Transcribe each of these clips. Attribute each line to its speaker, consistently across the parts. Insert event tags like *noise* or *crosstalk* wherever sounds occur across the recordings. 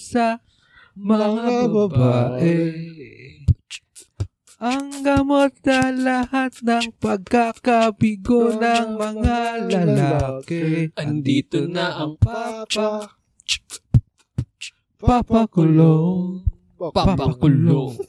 Speaker 1: sa mga babae. Ang gamot na lahat ng pagkakabigo ng mga lalaki.
Speaker 2: Andito na ang
Speaker 1: papa, papakulong, papakulong.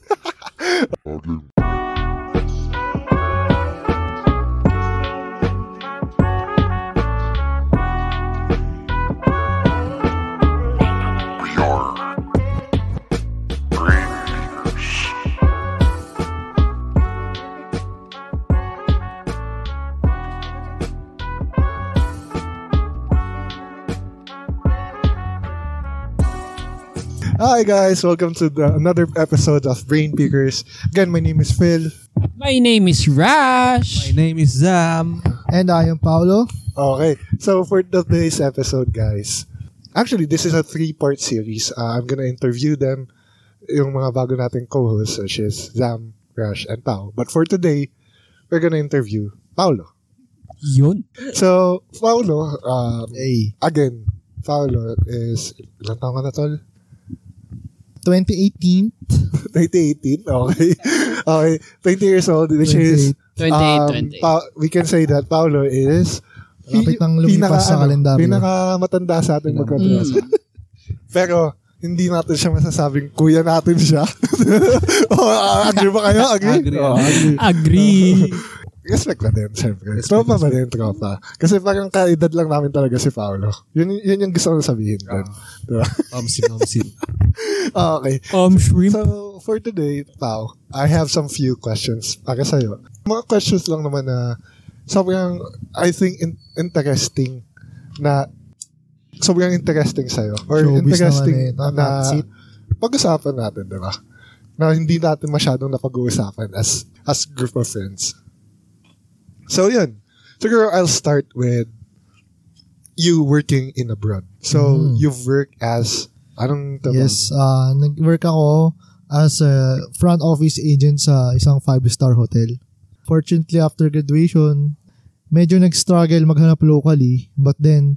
Speaker 3: Hi guys, welcome to the, another episode of Brain Pickers. Again, my name is Phil.
Speaker 2: My name is Rash.
Speaker 1: My name is Zam.
Speaker 4: And I am Paolo.
Speaker 3: Okay, so for today's episode, guys, actually this is a three-part series. Uh, I'm gonna interview them, yung mga bago nating co-hosts, which is Zam, Rash, and Tao. But for today, we're gonna interview Paolo.
Speaker 2: Yun.
Speaker 3: So, Paolo, um,
Speaker 4: Hey.
Speaker 3: again, Paolo is, ilang taong ka na, tol?
Speaker 4: 2018.
Speaker 3: 2018? Okay. *laughs* okay, 20 years old, which is
Speaker 2: 28,
Speaker 3: um, Pa- we can say that Paolo is
Speaker 4: Malapit
Speaker 3: pi-
Speaker 4: nang lumipas sa
Speaker 3: ano,
Speaker 4: kalendaryo.
Speaker 3: Pinakamatanda sa ating magkaklase.
Speaker 2: Mm.
Speaker 3: *laughs* Pero hindi natin siya masasabing kuya natin siya. *laughs* oh, agree ba kayo? Agree?
Speaker 1: Agree,
Speaker 3: Oh, agree.
Speaker 2: Agree.
Speaker 3: *laughs* Respect na din, syempre. tropa ba din, tropa? Kasi parang kaedad lang namin talaga si Paolo. Yun, yun yung gusto ko sabihin. din. Diba?
Speaker 1: Omsin, omsin.
Speaker 3: Ah, Okay.
Speaker 2: um, shrimp.
Speaker 3: So, for today, Pao, I have some few questions para sa'yo. Mga questions lang naman na sobrang, I think, in- interesting na sobrang interesting sa'yo. Or
Speaker 4: Showbiz
Speaker 3: interesting
Speaker 4: naman eh.
Speaker 3: na
Speaker 4: That's it.
Speaker 3: pag-usapan natin, di ba? Na hindi natin masyadong napag-uusapan as, as group of friends. So, yun. Siguro I'll start with you working in abroad. So,
Speaker 4: Mm.
Speaker 3: you've worked as, anong tabang?
Speaker 4: Yes, uh, nag-work ako as a front office agent sa isang five-star hotel. Fortunately, after graduation, medyo nag-struggle maghanap locally. But then,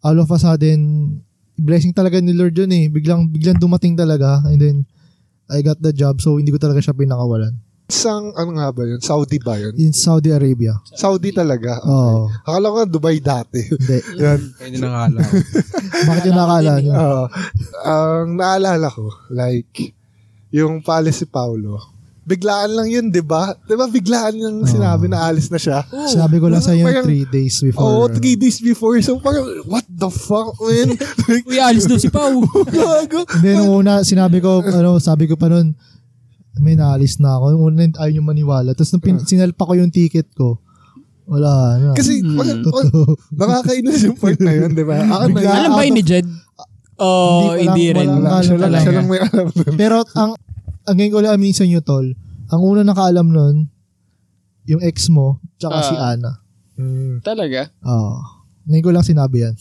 Speaker 4: all of a sudden, blessing talaga ni Lord yun eh. Biglang, biglang dumating talaga. And then, I got the job so hindi ko talaga siya pinakawalan.
Speaker 3: Isang, ano nga ba yun? Saudi ba yun?
Speaker 4: In Saudi Arabia.
Speaker 3: Saudi talaga. Okay.
Speaker 4: Oo.
Speaker 3: Akala ko nga Dubai dati. *laughs*
Speaker 4: Hindi.
Speaker 3: Yan.
Speaker 1: Kaya nangalam.
Speaker 4: Bakit yung nakala niyo?
Speaker 3: Oo. Ah, ang naalala ko, like, yung paalis si Paulo, biglaan lang yun, di ba? Di ba biglaan yung sinabi na alis na siya?
Speaker 4: Oh. Sinabi ko lang sa inyo
Speaker 3: Parang-
Speaker 4: 3 days before.
Speaker 3: Oh, Oo, three days before. So parang, what the fuck,
Speaker 4: *laughs*
Speaker 3: man? Like,
Speaker 2: Uy, alis daw si Pau.
Speaker 3: gago.
Speaker 4: Hindi, nung una,
Speaker 3: *laughs*
Speaker 4: sinabi ko, ano, sabi ko pa nun, may naalis na ako. Yung una, ayaw niyong maniwala. Tapos nung pin- sinalpa ko yung ticket ko, wala
Speaker 3: Ah.
Speaker 4: na.
Speaker 3: Kasi, parang, oh,
Speaker 4: Hmm, Totoo.
Speaker 3: nakakainis yung part na yun, di
Speaker 4: *laughs*
Speaker 3: ba? Akin na yun.
Speaker 4: Biglaan.
Speaker 2: Alam ba yun ni Jed? Oh,
Speaker 4: Hindi
Speaker 2: hindi,
Speaker 4: ko alam,
Speaker 2: rin.
Speaker 4: wala-
Speaker 3: Wala, siya lang,
Speaker 2: Wala
Speaker 3: siya
Speaker 2: nga.
Speaker 3: lang may alam dun.
Speaker 4: Pero ang, ang ngayon ko lang aminin sa inyo, Tol, ang una nakaalam nun, yung ex mo, tsaka
Speaker 2: Ah.
Speaker 4: si Ana.
Speaker 3: *laughs*
Speaker 4: Hmm.
Speaker 2: Talaga?
Speaker 4: Oo. ngayon ko lang sinabi yan.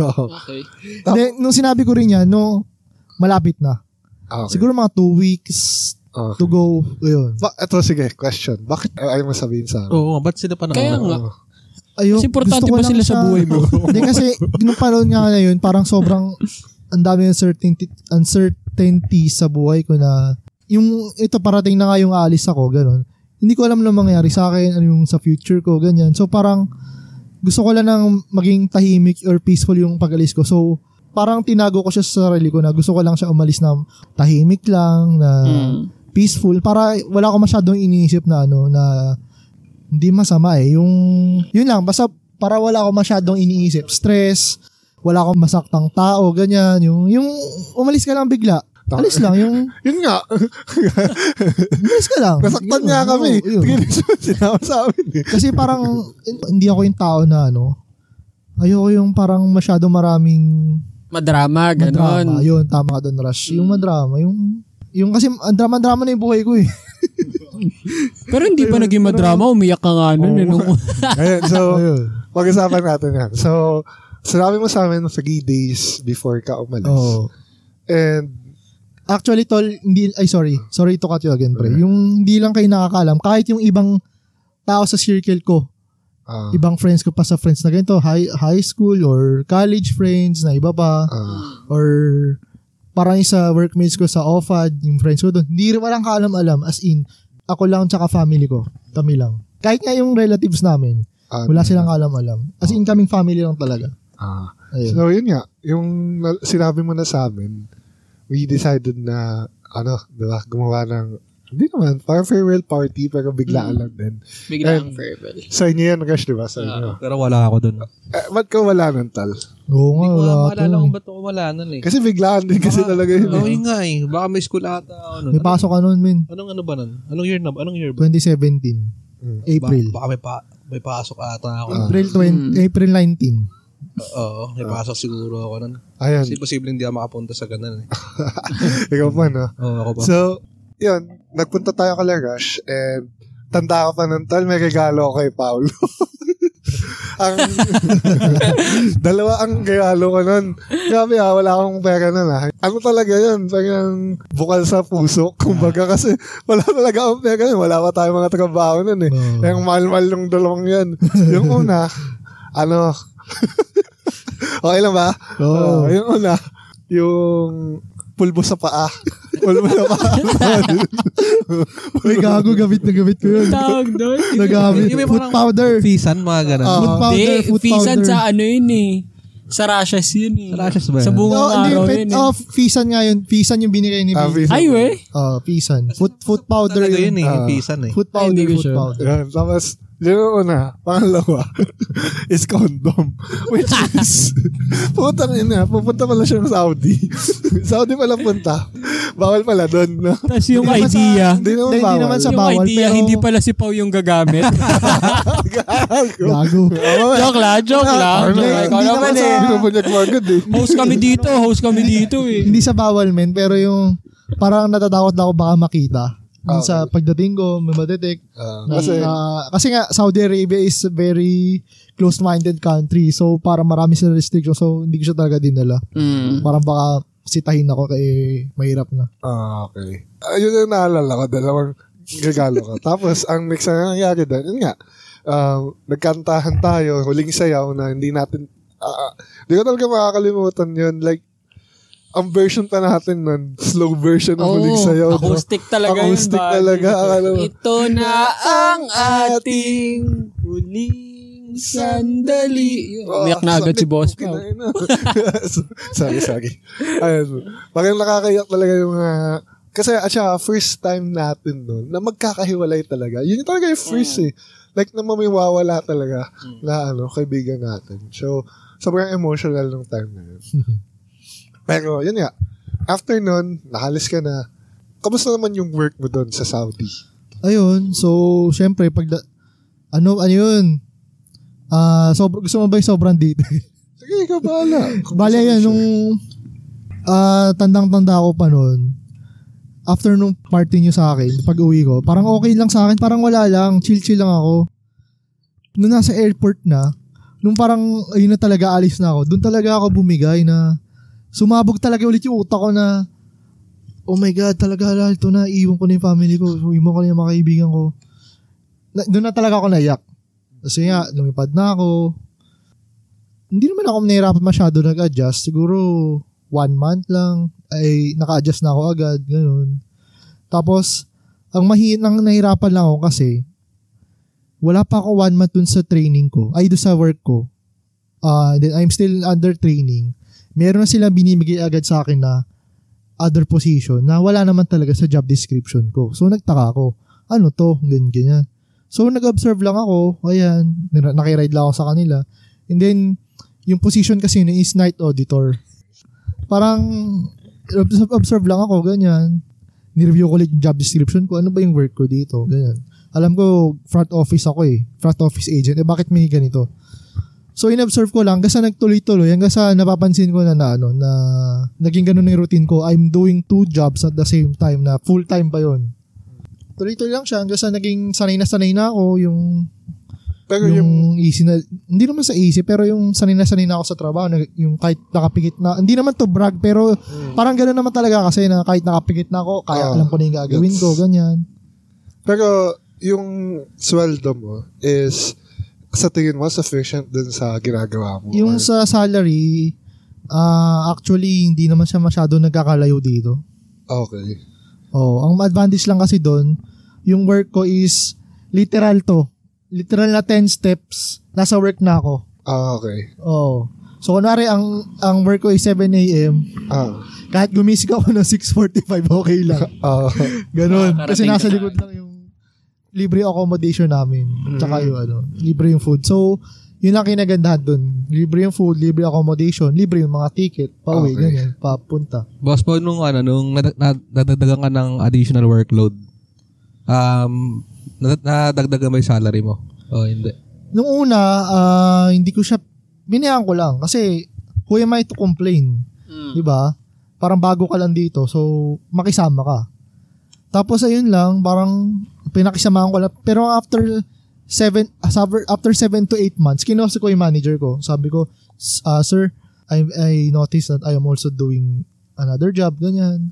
Speaker 3: Oh.
Speaker 2: Okay.
Speaker 3: Tap-
Speaker 4: Hindi, nung sinabi ko rin yan, no, malapit na.
Speaker 3: Ah, Okay. Oh.
Speaker 4: Siguro mga two weeks
Speaker 3: Okay.
Speaker 4: to go. Ayun.
Speaker 3: Ba- ito, sige, question. Bakit ayaw mo sabihin sa amin?
Speaker 4: Oh.
Speaker 1: *laughs* Oo, ba't sila pa
Speaker 2: Kaya
Speaker 1: nangalam?
Speaker 2: nga.
Speaker 4: Ayo,
Speaker 2: Mas importante
Speaker 4: gusto ko
Speaker 2: ba
Speaker 4: lang
Speaker 2: sila sa
Speaker 4: siya-
Speaker 2: buhay mo?
Speaker 4: *laughs* Hindi kasi nung panahon nga na yun, parang sobrang ang dami uncertainty, uncertainty sa buhay ko na yung ito parating na nga yung aalis ako, ganun. Hindi ko alam na mangyari sa akin, ano yung sa future ko, ganyan. So parang gusto ko lang ng maging tahimik or peaceful yung pag-alis ko. So parang tinago ko siya sa sarili ko na gusto ko lang siya umalis na tahimik lang, na peaceful para wala ko masyadong iniisip na ano na hindi masama eh yung yun lang basta para wala ko masyadong iniisip stress wala akong masaktang tao ganyan yung yung umalis ka lang bigla alis lang
Speaker 3: *laughs*
Speaker 4: yung
Speaker 3: Yun nga,
Speaker 4: umalis ka lang
Speaker 3: Nasaktan
Speaker 4: Yun,
Speaker 3: niya kami.
Speaker 4: oo, Ah, oh, yun.
Speaker 3: Tigilis mo, sinabi sa amin eh.
Speaker 4: kasi parang hindi ako yung tao na ano ayoko yung parang masyadong maraming
Speaker 2: Madrama,
Speaker 4: madrama
Speaker 2: ganon.
Speaker 4: yun tama ka doon rush yung madrama yung yung kasi ang drama-drama na yung buhay ko eh
Speaker 2: Pero hindi pa naging madrama, umiyak ka nga nun. eh,
Speaker 3: *laughs*
Speaker 2: nung-
Speaker 3: Ayun, so,
Speaker 4: Ano oh. Ayun.
Speaker 3: pag-usapan natin yan. So, sinabi mo sa amin three days before ka umalis.
Speaker 4: oo
Speaker 3: And,
Speaker 4: Actually, tol, hindi, ay sorry. Sorry to cut you again, pre. Yung hindi lang kayo nakakaalam, kahit yung ibang tao sa circle ko,
Speaker 3: ah,
Speaker 4: ibang friends ko pa sa friends na ganito, high, high school or college friends na iba pa,
Speaker 3: ah,
Speaker 4: or parang yung sa workmates ko sa OFAD, yung friends ko doon, hindi rin walang kaalam-alam. As in, ako lang tsaka family ko. Kami lang. Kahit nga yung relatives namin,
Speaker 3: Ah,
Speaker 4: wala silang kaalam-alam. As in, kaming family lang talaga.
Speaker 3: Ah.
Speaker 4: Ayun.
Speaker 3: So, yun nga. Yung na- sinabi mo na sa amin, we decided na, ano, diba, gumawa ng, hindi naman, parang farewell party, pero biglaan
Speaker 4: Mm.
Speaker 3: lang din.
Speaker 5: Bigla ang verbal.
Speaker 3: Sa inyo yan, Rush, diba? Sa inyo.
Speaker 1: Pero wala ako dun.
Speaker 3: Eh, ba't ka wala nun, tal?
Speaker 4: Oo nga,
Speaker 1: Hindi ko
Speaker 4: wala
Speaker 1: nga
Speaker 4: to.
Speaker 1: maalala
Speaker 4: eh.
Speaker 1: kung ba't ako wala nun eh.
Speaker 3: Kasi biglaan din kasi talaga yun.
Speaker 1: Oo
Speaker 3: eh.
Speaker 1: yun nga eh. Baka may school ata ako nun.
Speaker 4: May pasok ka noon, men.
Speaker 1: Anong ano ba nun? Anong year na ba? Anong year ba?
Speaker 3: Hmm.
Speaker 4: 2017. April.
Speaker 1: Ba- baka may, pa, may pasok ata ako.
Speaker 4: April 20, April 19.
Speaker 1: Oo, may pasok siguro ako nun.
Speaker 3: Ayan.
Speaker 1: Kasi posibleng hindi ako makapunta sa ganun eh.
Speaker 3: *laughs* Ikaw pa, no?
Speaker 1: Oo, ako ba?
Speaker 3: So, yun. Nagpunta tayo kala Rush and tanda ko pa nun, tal, may regalo ako kay Paolo. *laughs* ang, *laughs* dalawa ang regalo ko nun. Grabe ha, wala akong pera nun ha. Ano talaga yun? Parang bukal sa puso. *laughs* Kumbaga kasi wala talaga akong pera nun. Wala pa tayong mga trabaho nun eh.
Speaker 4: Oo.
Speaker 3: Yung mahal-mahal ng dalawang yan. Yung una, ano, *laughs* okay lang ba?
Speaker 4: Oo.
Speaker 3: Oo, yung una, yung pulbo sa paa. pulbo sa paa.
Speaker 4: Uy, gago, gamit na gamit ko yun.
Speaker 2: Tawag
Speaker 4: *laughs*
Speaker 2: doon.
Speaker 4: Nagamit.
Speaker 1: Yung may
Speaker 4: Food
Speaker 1: parang-
Speaker 4: powder. Ah.
Speaker 1: Fisan, mga ganun.
Speaker 4: Food powder,
Speaker 2: Hindi,
Speaker 4: food
Speaker 2: pisan
Speaker 4: powder.
Speaker 2: sa ano yun eh. Sa rashes yun eh.
Speaker 1: Sa rashes ba yun?
Speaker 2: Sa bungang
Speaker 4: Oh, hindi,
Speaker 2: araw
Speaker 4: pet,
Speaker 2: yun eh.
Speaker 4: oh, pisan nga yun. Pisan yung binigay ni
Speaker 3: Ah,
Speaker 4: Bill.
Speaker 3: visa.
Speaker 2: Ay, we.
Speaker 4: Oh, pisan. Food, food powder
Speaker 1: Talaga yun
Speaker 4: yun.
Speaker 1: eh, yung
Speaker 3: Ah.
Speaker 1: pisan eh.
Speaker 4: Food
Speaker 2: Ay,
Speaker 4: powder,
Speaker 2: hindi ko
Speaker 4: food
Speaker 2: sure.
Speaker 3: *laughs*
Speaker 4: powder.
Speaker 3: Yan. Tapos, yun yung una. Pangalawa *laughs* is condom. Which is, pupunta na yun na. Pupunta pala siyang Saudi. Saudi pala punta. Bawal pala doon. No?
Speaker 2: Tapos yung
Speaker 4: Hindi naman sa-
Speaker 2: idea.
Speaker 3: Hindi naman
Speaker 4: Hindi
Speaker 3: bawal.
Speaker 4: naman sa
Speaker 2: Yung
Speaker 4: bawal,
Speaker 2: idea,
Speaker 4: pero-
Speaker 2: hindi pala si Pau yung gagamit.
Speaker 4: Gago.
Speaker 2: *laughs* joke lang, joke
Speaker 4: Ah,
Speaker 2: lang.
Speaker 3: Hindi
Speaker 2: Joke lang. Ikaw
Speaker 3: hindi
Speaker 2: naman
Speaker 3: naman sa
Speaker 2: eh.
Speaker 3: pinupunyag magod eh.
Speaker 2: Host kami dito, host kami dito eh.
Speaker 4: hindi sa bawal, men. Pero yung, parang natatakot na ako baka makita. Yung
Speaker 3: Ah, Okay.
Speaker 4: Sa pagdating ko, may madetect.
Speaker 3: Ah,
Speaker 4: Na,
Speaker 3: kasi,
Speaker 4: na- kasi nga, Saudi Arabia is a very close-minded country. So, parang marami sila restriction. So, hindi ko siya talaga dinala.
Speaker 5: Mm.
Speaker 4: Parang baka sitahin ako kay mahirap na.
Speaker 3: Ah, okay. Ayun yung naalala ko, dalawang regalo ko. Tapos, ang mix na nangyari doon, yun nga, um, nagkantahan tayo, huling sayaw na hindi natin, ah, ah, hindi ko talaga makakalimutan yun. Like, ang version pa natin nun, slow version ng huling
Speaker 5: Oh,
Speaker 3: sayaw. no?
Speaker 2: acoustic talaga yun.
Speaker 3: Acoustic
Speaker 2: ba?
Speaker 3: talaga. Akala mo,
Speaker 5: Ito na ang ating huling sandali. Yun.
Speaker 1: Ah,
Speaker 3: Oh,
Speaker 2: Umiyak na agad
Speaker 3: sakit,
Speaker 2: si boss
Speaker 3: pukin na
Speaker 2: pa.
Speaker 3: yun, ah. *laughs* sorry, sorry. Ayun. Parang nakakayak talaga yung mga... kasi at saka first time natin noon na magkakahiwalay talaga. Yun yung talaga yung first eh. Like na mamiwawala talaga
Speaker 2: Hmm.
Speaker 3: na ano, kaibigan natin. So, sobrang emotional nung time na
Speaker 2: *laughs*
Speaker 3: yun. Pero yun nga, after nun, nakalis ka na. Kamusta naman yung work mo doon sa Saudi?
Speaker 4: Ayun, so, syempre, pag, da- ano, ano yun? Ah, sobr- gusto mo ba yung sobrang date?
Speaker 3: *laughs* Sige, ikaw bahala.
Speaker 4: *laughs* Bale, yan, nung ah, tandang-tanda ako pa noon, after nung party nyo sa akin, pag uwi ko, parang okay lang sa akin, parang wala lang, chill-chill lang ako. Nung nasa airport na, nung parang, ayun na talaga, alis na ako, doon talaga ako bumigay na, sumabog talaga ulit yung utak ko na, oh my God, talaga, lalo, ito na, iwan ko na yung family ko, iwan ko na yung mga kaibigan ko. Na, doon na talaga ako naiyak. Kasi nga, lumipad na ako, hindi naman ako nahirapan masyado nag-adjust. Siguro, one month lang, ay naka-adjust na ako agad, ganun. Tapos, ang mahin ang nahirapan lang ako kasi, wala pa ako one month dun sa training ko, ay dun sa work ko. Ah, then I'm still under training. Meron na sila binibigay agad sa akin na other position na wala naman talaga sa job description ko. So, nagtaka ako, ano to, ganyan, ganyan. So, nag-observe lang ako, ayan, nira- nakiride lang ako sa kanila. And then, yung position kasi yun is night auditor. Parang, observe, observe lang ako, ganyan. Nireview ko ulit yung job description ko. Ano ba yung work ko dito? Ganyan. Alam ko, front office ako eh. Front office agent. Eh, bakit may ganito? So, in-observe ko lang, kasi nagtuloy-tuloy, hanggang sa napapansin ko na, na ano, na naging ganun na yung routine ko, I'm doing two jobs at the same time na full-time ba yun? Tuloy-tuloy lang siya, hanggang sa naging sanay na sanay na ako, yung
Speaker 3: Pero yung
Speaker 4: yung easy na, hindi naman sa easy, pero yung sanay na sanay na ako sa trabaho, na, yung kahit nakapikit na, hindi naman to brag, pero parang gano'n naman talaga kasi na kahit nakapikit na ako, kaya
Speaker 3: Hmm. Ah,
Speaker 4: alam ko na yung gagawin ko,
Speaker 3: gets.
Speaker 4: ganyan.
Speaker 3: Pero yung sweldo mo is sa tingin mo sufficient dun sa ginagawa mo?
Speaker 4: Yung
Speaker 3: Or-
Speaker 4: sa salary, Ah, actually, hindi naman siya masyado nagkakalayo dito.
Speaker 3: Okay.
Speaker 4: Oh, ang advantage lang kasi doon, yung work ko is literal to. Literal na 10 steps, nasa work na ako.
Speaker 3: Ah, okay.
Speaker 4: Oh. So, kunwari, ang, ang work ko is 7 a.m.
Speaker 3: Ah,
Speaker 4: Kahit gumising ako ng 6.45, okay
Speaker 3: *laughs*
Speaker 4: lang. *laughs*
Speaker 3: ah,
Speaker 4: Ganun.
Speaker 5: Makakarating
Speaker 4: Kasi
Speaker 5: ka
Speaker 4: nasa
Speaker 5: na.
Speaker 4: likod lang yung libre accommodation namin. Tsaka yung ano, libre yung food. So, yun lang kinagandahan doon. Libre yung food, libre accommodation, libre yung mga ticket,
Speaker 3: Okay.
Speaker 4: pauwi, ganyan, papunta.
Speaker 1: Boss mo, nung ano, nung nad- nad- nadagdagan ka ng additional workload, um, nad- nadagdagan ba yung salary mo? O Oh, hindi.
Speaker 4: Nung una, ah, hindi ko siya, binayaan ko lang. Kasi, who am I to complain?
Speaker 5: Mm.
Speaker 4: Di ba? Parang bago ka lang dito, so makisama ka. Tapos ayun lang, parang pinakisamahan ko lang. Pero after 7 after 7 to 8 months, kinuha ko yung manager ko. Sabi ko, "S- ah, sir, I, I noticed that I am also doing another job, ganyan.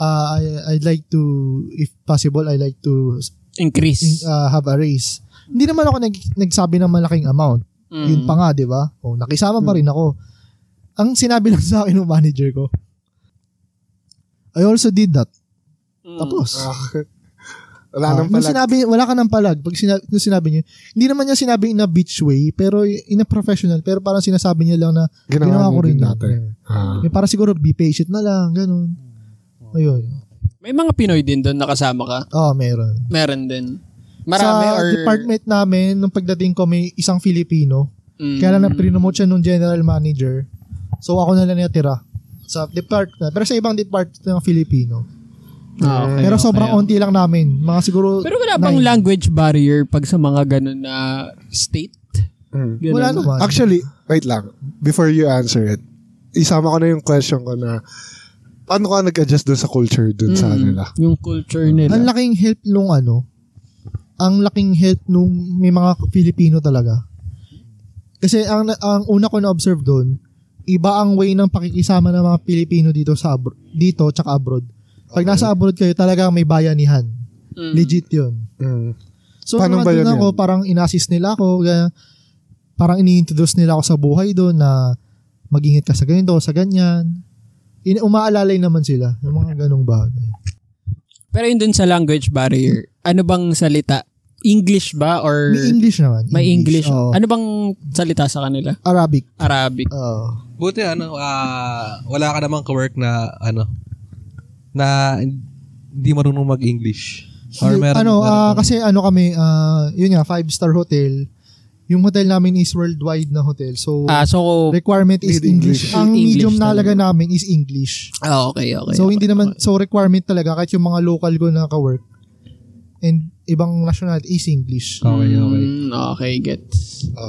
Speaker 4: Ah, I, I'd like to, if possible, I like to
Speaker 2: Increase.
Speaker 4: uh, have a raise. Hindi naman ako nag, nagsabi ng malaking amount.
Speaker 5: Mm.
Speaker 4: Ah, Yun pa nga, di ba? O, nakisama pa rin ako. Ang sinabi lang sa akin ng manager ko, I also did that.
Speaker 5: Mm.
Speaker 4: Tapos.
Speaker 3: ah.
Speaker 4: Ah,
Speaker 3: Wala nang
Speaker 4: nung
Speaker 3: pala.
Speaker 4: sinabi, wala ka ng palag. Pag sinabi, nung sinabi niya, hindi naman niya sinabi in a bitch way, pero in a professional, pero parang sinasabi niya lang na,
Speaker 3: ginawa,
Speaker 4: ginawa ko
Speaker 3: niyo
Speaker 4: rin
Speaker 3: din
Speaker 4: natin.
Speaker 3: natin. Ah.
Speaker 4: Yung parang siguro, be patient na lang, ganun. Ayun.
Speaker 2: May mga Pinoy din doon nakasama ka.
Speaker 4: Oo, meron.
Speaker 5: Meron din. Marami
Speaker 4: sa
Speaker 5: or...
Speaker 4: department namin, nung pagdating ko, may isang Filipino.
Speaker 5: Mm.
Speaker 4: Kaya lang na-promote siya nung general manager. So ako na lang natira sa department. Pero sa ibang department ng Filipino.
Speaker 2: Ah, okay,
Speaker 4: Pero
Speaker 2: okay,
Speaker 4: sobrang
Speaker 2: okay.
Speaker 4: onti lang namin. Mga siguro
Speaker 2: Pero wala bang
Speaker 4: nine.
Speaker 2: language barrier pag sa mga ganun na state?
Speaker 3: Mm.
Speaker 2: Ganun.
Speaker 4: Wala naman.
Speaker 3: Actually, wait lang. Before you answer it, isama ko na yung question ko na paano ka nag-adjust dun sa culture dun sa
Speaker 2: Mm.
Speaker 3: nila?
Speaker 2: Yung culture nila.
Speaker 4: ang laking help nung ano, ang laking help nung may mga Filipino talaga. Kasi ang, ang una ko na-observe doon, iba ang way ng pakikisama ng mga Pilipino dito sa abro- dito tsaka abroad. Pag nasa abroad kayo, talagang may bayanihan.
Speaker 5: Mm.
Speaker 4: Legit 'yun.
Speaker 3: Mm.
Speaker 4: So,
Speaker 3: Paano
Speaker 4: Paano
Speaker 3: ba yun
Speaker 4: ako,
Speaker 3: yan?
Speaker 4: parang inassist nila ako, ganyan. parang ini-introduce nila ako sa buhay doon na mag-ingat ka sa ganito, sa ganyan. In, umaalalay naman sila ng mga ganong bagay.
Speaker 2: Pero yun dun sa language barrier, ano bang salita? English ba or
Speaker 4: May English naman.
Speaker 2: Er, may English?
Speaker 4: oo.
Speaker 2: Ano bang salita sa kanila?
Speaker 4: Arabic.
Speaker 2: Arabic.
Speaker 4: Oo.
Speaker 1: Buti ano, ah, wala ka namang kawork na ano, na hindi marunong mag-English. Or meron,
Speaker 4: ano,
Speaker 1: meron
Speaker 4: ah,
Speaker 1: ka-
Speaker 4: kasi ano kami, ah, yun nga, five-star hotel. Yung hotel namin is worldwide na hotel. So,
Speaker 2: Ah, so
Speaker 4: requirement is
Speaker 3: Need
Speaker 4: English.
Speaker 3: English.
Speaker 4: Ang
Speaker 2: English
Speaker 4: medium
Speaker 2: talaga.
Speaker 4: nalaga namin is English.
Speaker 2: ah, okay, okay.
Speaker 4: So hindi
Speaker 2: okay,
Speaker 4: naman
Speaker 2: okay.
Speaker 4: so requirement talaga kahit yung mga local ko na ka-work and ibang nationality is English.
Speaker 1: Okay, okay.
Speaker 4: Hmm,
Speaker 2: Mm, okay, get.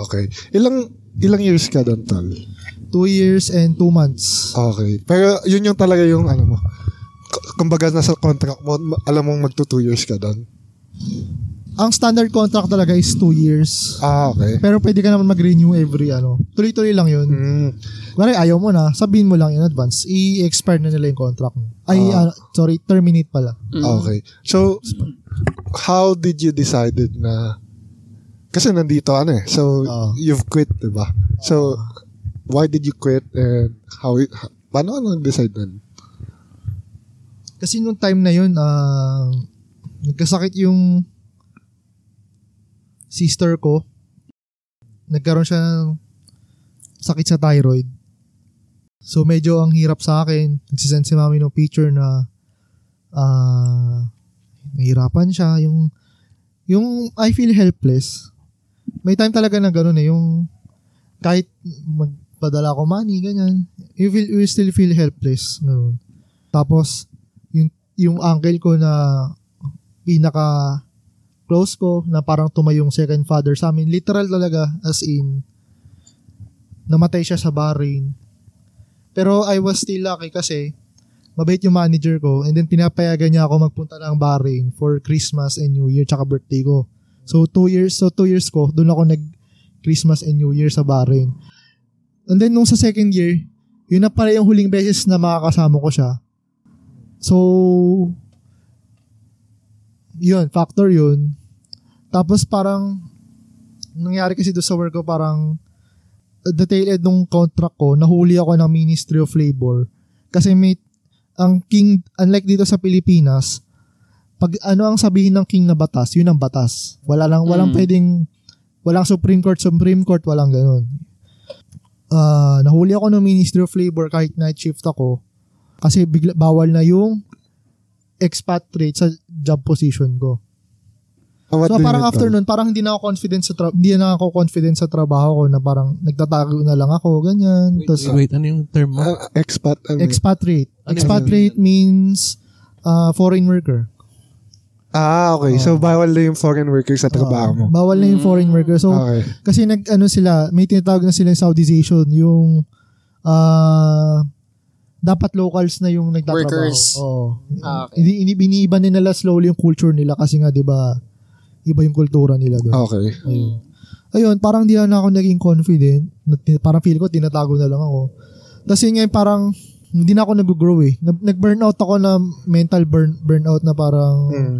Speaker 3: Okay. Ilang ilang years ka doon, Tal?
Speaker 4: Two years and two months.
Speaker 3: Okay. Pero yun yung talaga yung ano mo. K- Kumbaga nasa contract mo, ma- alam mong magto 2 years ka doon.
Speaker 4: Ang standard contract talaga is two years.
Speaker 3: Ah, okay.
Speaker 4: Pero pwede ka naman mag-renew every ano. Tuloy-tuloy lang yun.
Speaker 3: Mm.
Speaker 4: Kunwari ayaw mo na, sabihin mo lang in advance. I-expire na nila yung contract mo. Ay, ano, sorry, terminate pala.
Speaker 3: Okay. So, how did you decided na kasi nandito ano eh. So,
Speaker 4: Oo.
Speaker 3: you've quit, 'di ba? So, why did you quit and how it, ha- paano ano decide nun?
Speaker 4: Kasi nung time na yun, ah, nagkasakit yung sister ko. Nagkaroon siya ng sakit sa thyroid. So medyo ang hirap sa akin. Nagsisend si mami ng picture na ah, nahihirapan siya. Yung, yung I feel helpless. May time talaga na ganun eh. Yung kahit magpadala ko money, ganyan. You, feel, you still feel helpless. Ganun. Tapos, yung yung uncle ko na pinaka close ko na parang tumayong second father sa amin literal talaga as in namatay siya sa Bahrain pero I was still lucky kasi mabait yung manager ko and then pinapayagan niya ako magpunta ng Bahrain for Christmas and New Year tsaka birthday ko so two years so two years ko doon ako nag Christmas and New Year sa Bahrain and then nung sa second year yun na pala yung huling beses na makakasama ko siya So, yun, factor yun. Tapos parang, nangyari kasi doon sa work ko, parang, the tail end nung contract ko, nahuli ako ng Ministry of Labor. Kasi may, ang king, unlike dito sa Pilipinas, pag ano ang sabihin ng king na batas, yun ang batas. Wala lang, walang
Speaker 5: Mm.
Speaker 4: pwedeng, walang Supreme Court, Supreme Court, walang ganun. Ah, nahuli ako ng Ministry of Labor kahit night shift ako. Kasi bigla, bawal na yung expatriate sa job position ko.
Speaker 3: Ah, what do
Speaker 4: So
Speaker 3: you
Speaker 4: parang
Speaker 3: mean,
Speaker 4: after
Speaker 3: tol?
Speaker 4: nun, parang hindi na ako confident sa tra- hindi na ako confident sa trabaho ko na parang nagtatago na lang ako, ganyan.
Speaker 1: Wait,
Speaker 4: Tapos
Speaker 1: wait, ano yung term mo?
Speaker 3: Ah, expat. Ano yun?
Speaker 4: expatriate.
Speaker 1: Ano yun?
Speaker 4: expatriate means uh, foreign worker.
Speaker 3: ah, okay. so, bawal na yung foreign workers sa trabaho mo.
Speaker 4: Ah, bawal na yung
Speaker 1: Mm.
Speaker 4: foreign worker. So
Speaker 3: Okay.
Speaker 4: kasi nag ano sila, may tinatawag na silang Saudization, yung ah dapat locals na yung nagtatrabaho.
Speaker 5: Workers.
Speaker 4: Oo.
Speaker 5: Ah, okay.
Speaker 4: Hindi, hindi biniiba na nila slowly yung culture nila kasi nga 'di ba iba yung kultura nila
Speaker 5: Ah.
Speaker 4: doon.
Speaker 3: Okay.
Speaker 4: Ayun. Ayun, parang di na ako naging confident. Na- tin- Parang feel ko, tinatago na lang ako. Tapos yun ngayon, parang hindi na ako nag-grow eh. Nag- Nag-burnout ako na mental burn burnout na parang
Speaker 3: Mm.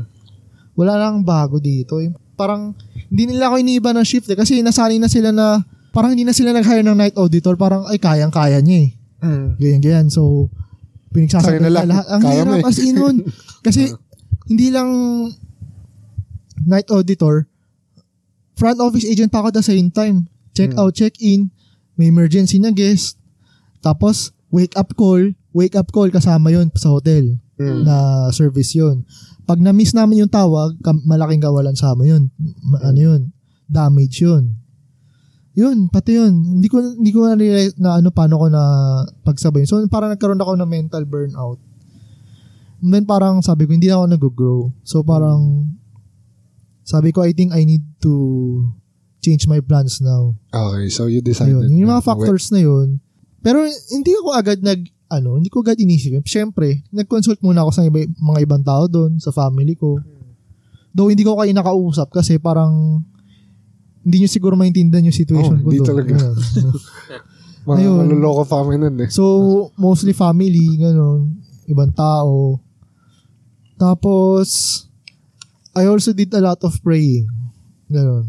Speaker 4: wala lang bago dito. eh. Parang hindi nila ako iniiba ng shift eh. Kasi nasanay na sila na parang hindi na sila nag-hire ng night auditor. Parang ay kayang-kaya niya eh.
Speaker 3: Mm.
Speaker 4: Ganyan, ganyan. So,
Speaker 3: Kaya
Speaker 4: pinagsasabi
Speaker 3: na
Speaker 4: na
Speaker 3: lang.
Speaker 4: lahat. Ang
Speaker 3: Kaya mo
Speaker 4: hirap
Speaker 3: eh. Ah.
Speaker 4: as in
Speaker 3: *laughs*
Speaker 4: nun. Kasi, hindi lang night auditor, front office agent pa ako at the same time. Check
Speaker 3: Hmm.
Speaker 4: out, check in, may emergency na guest, tapos wake up call, wake up call kasama yon sa hotel
Speaker 3: Mm.
Speaker 4: na service yon. Pag na-miss namin yung tawag, kam- malaking kawalan sa amin yun. Ma- Ano yun? Damage yun. Yun, pati yun. Hindi ko, hindi ko na-realize na ano, paano ko na pagsabay. So, parang nagkaroon ako ng mental burnout. And then parang sabi ko, hindi na ako nag-grow. So, parang sabi ko, I think I need to change my plans now.
Speaker 3: Okay. So, you decided.
Speaker 4: Ayun, yung mga
Speaker 3: na-
Speaker 4: factors na yun. Pero hindi ako agad nag, ano, hindi ko agad inisip. Siyempre, nag-consult muna ako sa iba, mga ibang tao doon, sa family ko. Though hindi ko kayo nakausap kasi parang hindi nyo siguro maintindihan yung
Speaker 3: Oh,
Speaker 4: situation ko
Speaker 3: hindi
Speaker 4: doon.
Speaker 3: talaga.
Speaker 4: Ayun.
Speaker 3: Mga
Speaker 4: Ayun.
Speaker 3: maluloko pa kami nun eh.
Speaker 4: so, mostly family, ganun, ibang tao. Tapos, I also did a lot of praying. Ganun.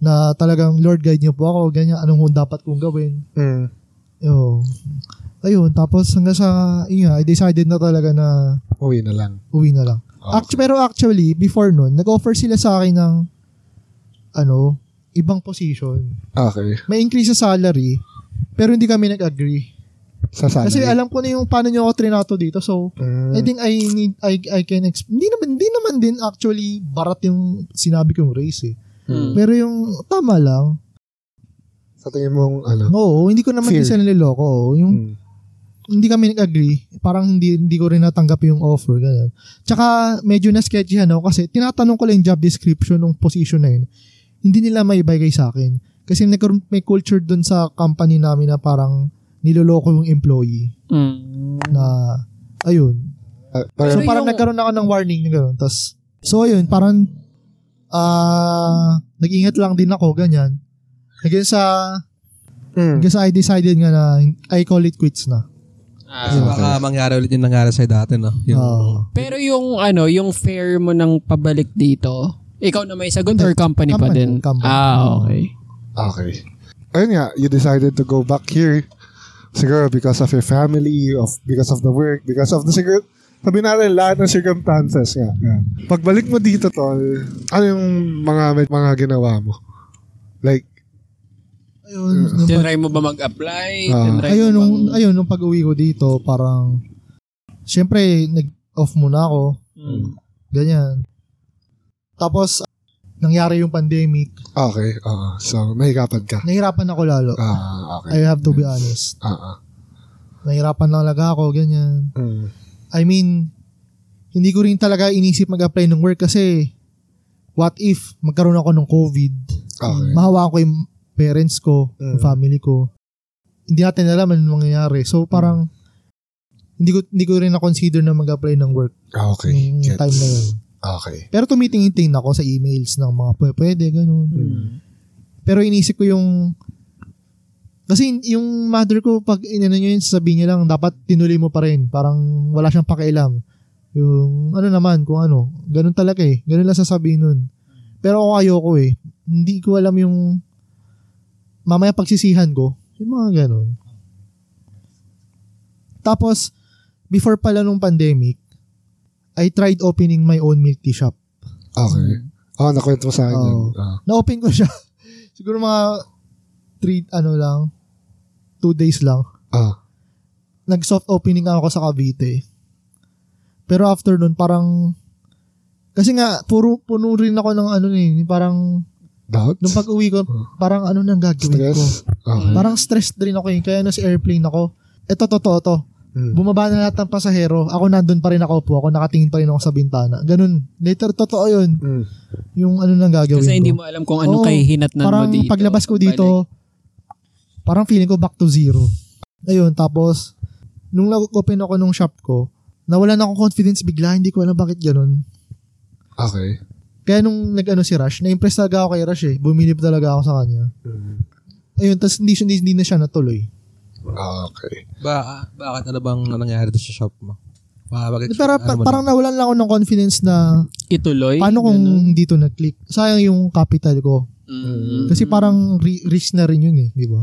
Speaker 4: Na talagang, Lord, guide niyo po ako, ganyan, anong dapat kong gawin.
Speaker 3: Mm.
Speaker 4: Oo. Ayun, tapos hanggang sa, yun nga, I decided na talaga na
Speaker 3: Uwi na lang.
Speaker 4: uwi na lang. Actu- pero actually, before nun, nag-offer sila sa akin ng, ano, ibang position.
Speaker 3: Okay.
Speaker 4: May increase sa salary, pero hindi kami nag-agree.
Speaker 3: Sa salary.
Speaker 4: Kasi alam Eh, ko na yung paano nyo ako trinato dito, so,
Speaker 3: Mm.
Speaker 4: I think I need, I, I can, exp- hindi naman, hindi naman din actually barat yung sinabi kong race eh.
Speaker 5: Mm.
Speaker 3: Hmm.
Speaker 4: Pero yung tama lang,
Speaker 3: Sa tingin mong ano.
Speaker 4: oo, hindi ko naman
Speaker 3: Fair.
Speaker 4: din sila niloko. oo. Yung
Speaker 3: Mm.
Speaker 4: hindi kami nag-agree. Parang hindi, hindi ko rin natanggap yung offer. Ganun. Tsaka medyo na-sketchyhan ako kasi tinatanong ko lang yung job description ng position na yun. Hindi nila may ibigay sa akin. Kasi nagkaroon- may culture dun sa company namin na parang niloloko yung employee
Speaker 2: Mm.
Speaker 4: na ayun.
Speaker 3: Ah,
Speaker 4: So
Speaker 3: parang,
Speaker 5: Pero
Speaker 4: parang
Speaker 5: yung-
Speaker 4: nagkaroon ako ng warning na gano'n. Tas, so ayun, parang ah nag-ingat lang din ako, ganyan. Hanggang sa,
Speaker 3: mm.
Speaker 4: hanggang sa I decided nga na I call it quits na.
Speaker 2: Ah,
Speaker 1: Kasi baka mangyari ulit yung nangyari sa'yo dati, no? Yung,
Speaker 4: Oo.
Speaker 2: Pero yung ano, yung fare mo ng pabalik dito, ikaw na may sagot or company, pa
Speaker 4: Company,
Speaker 2: din?
Speaker 4: company.
Speaker 2: Ah, okay.
Speaker 3: Okay. Ayun nga, you decided to go back here. Siguro because of your family, of because of the work, because of the siguro, sabi natin lahat ng circumstances nga. Yan. Pagbalik mo dito, tol, ano yung mga mga ginawa mo? Like,
Speaker 4: Ayun, nung pag-
Speaker 2: Tinry mo ba mag-apply?
Speaker 3: Ah.
Speaker 2: Tinry
Speaker 4: ayun,
Speaker 2: mo
Speaker 4: nung,
Speaker 2: bang-
Speaker 4: ayun, nung pag-uwi ko dito, parang, syempre, nag-off muna ako.
Speaker 3: Hmm.
Speaker 4: Ganyan. Tapos, nangyari yung pandemic.
Speaker 3: okay, ah, so nahikapan ka.
Speaker 4: Nahirapan ako lalo.
Speaker 3: Ah, okay.
Speaker 4: I have to be honest.
Speaker 3: Ah, ah.
Speaker 4: Nahirapan lang talaga ako, ganyan.
Speaker 3: Mm.
Speaker 4: I mean, hindi ko rin talaga inisip mag-apply ng work kasi what if magkaroon ako ng COVID?
Speaker 3: Okay.
Speaker 4: Mahawa ko yung parents ko,
Speaker 3: Mm.
Speaker 4: yung family ko. Hindi natin alam anong mangyayari. So
Speaker 3: Mm.
Speaker 4: parang hindi ko hindi ko rin na consider na mag-apply ng work
Speaker 3: Okay.
Speaker 4: nung
Speaker 3: gets.
Speaker 4: time na yun.
Speaker 3: Okay.
Speaker 4: Pero tumitingin-tingin ako sa emails ng mga pwe- pwede, ganun.
Speaker 3: Mm.
Speaker 4: Pero inisip ko yung kasi yung mother ko pag inano niya yun sasabihin niya lang dapat tinuloy mo pa rin parang wala siyang pakialam yung ano naman kung ano ganun talaga eh ganun lang sasabihin nun pero ako ayoko eh hindi ko alam yung mamaya pagsisihan ko Yung mga ganun. Tapos, before pala nung pandemic, I tried opening my own milk tea shop.
Speaker 3: Okay. Oh, nakwento mo sa akin. yun.
Speaker 4: Hmm. Oo.
Speaker 3: Ah.
Speaker 4: Na-open ko siya. *laughs* Siguro mga three, ano lang, two days lang.
Speaker 3: Ah.
Speaker 4: Nag-soft opening ako sa Cavite. Pero after nun, parang, kasi nga, puro, puno rin ako ng ano eh, parang,
Speaker 3: Doubts?
Speaker 4: nung pag-uwi ko, parang ano nang gagawin ko.
Speaker 3: Stress? Okay.
Speaker 4: Parang stressed rin ako eh, kaya nasa airplane ako. Ito, totoo to.
Speaker 3: Mm.
Speaker 4: Bumaba na lahat ng pasahero. Ako nandun pa rin ako po. Ako nakatingin pa rin ako sa bintana. Ganun. Later, totoo yun.
Speaker 3: Mm.
Speaker 4: Yung ano nang gagawin ko.
Speaker 2: Kasi hindi mo alam kung ano anong
Speaker 4: Oo,
Speaker 2: kay hinatnan mo
Speaker 4: parang
Speaker 2: dito.
Speaker 4: paglabas ko dito, parang feeling ko back to zero. Ayun, tapos, nung nag-open ako nung shop ko, nawalan akong confidence bigla. Hindi ko alam bakit ganun.
Speaker 3: Okay.
Speaker 4: Kaya nung nag-ano si Rush, na-impress talaga ako kay Rush eh. Bumilip talaga ako sa kanya.
Speaker 3: Mm.
Speaker 4: Ayun, tapos hindi, siya- hindi na siya natuloy.
Speaker 3: Ah, Okay.
Speaker 1: Ba, bakit ano bang nangyari doon sa shop mo? Ba, bakit,
Speaker 4: Pero pa-
Speaker 1: ano mo
Speaker 4: parang nawalan lang ako ng confidence na
Speaker 2: Ituloy.
Speaker 4: paano kung hindi to nag-click? Sayang yung capital ko.
Speaker 2: Mm.
Speaker 4: Kasi parang ri- risk na rin yun eh, di ba?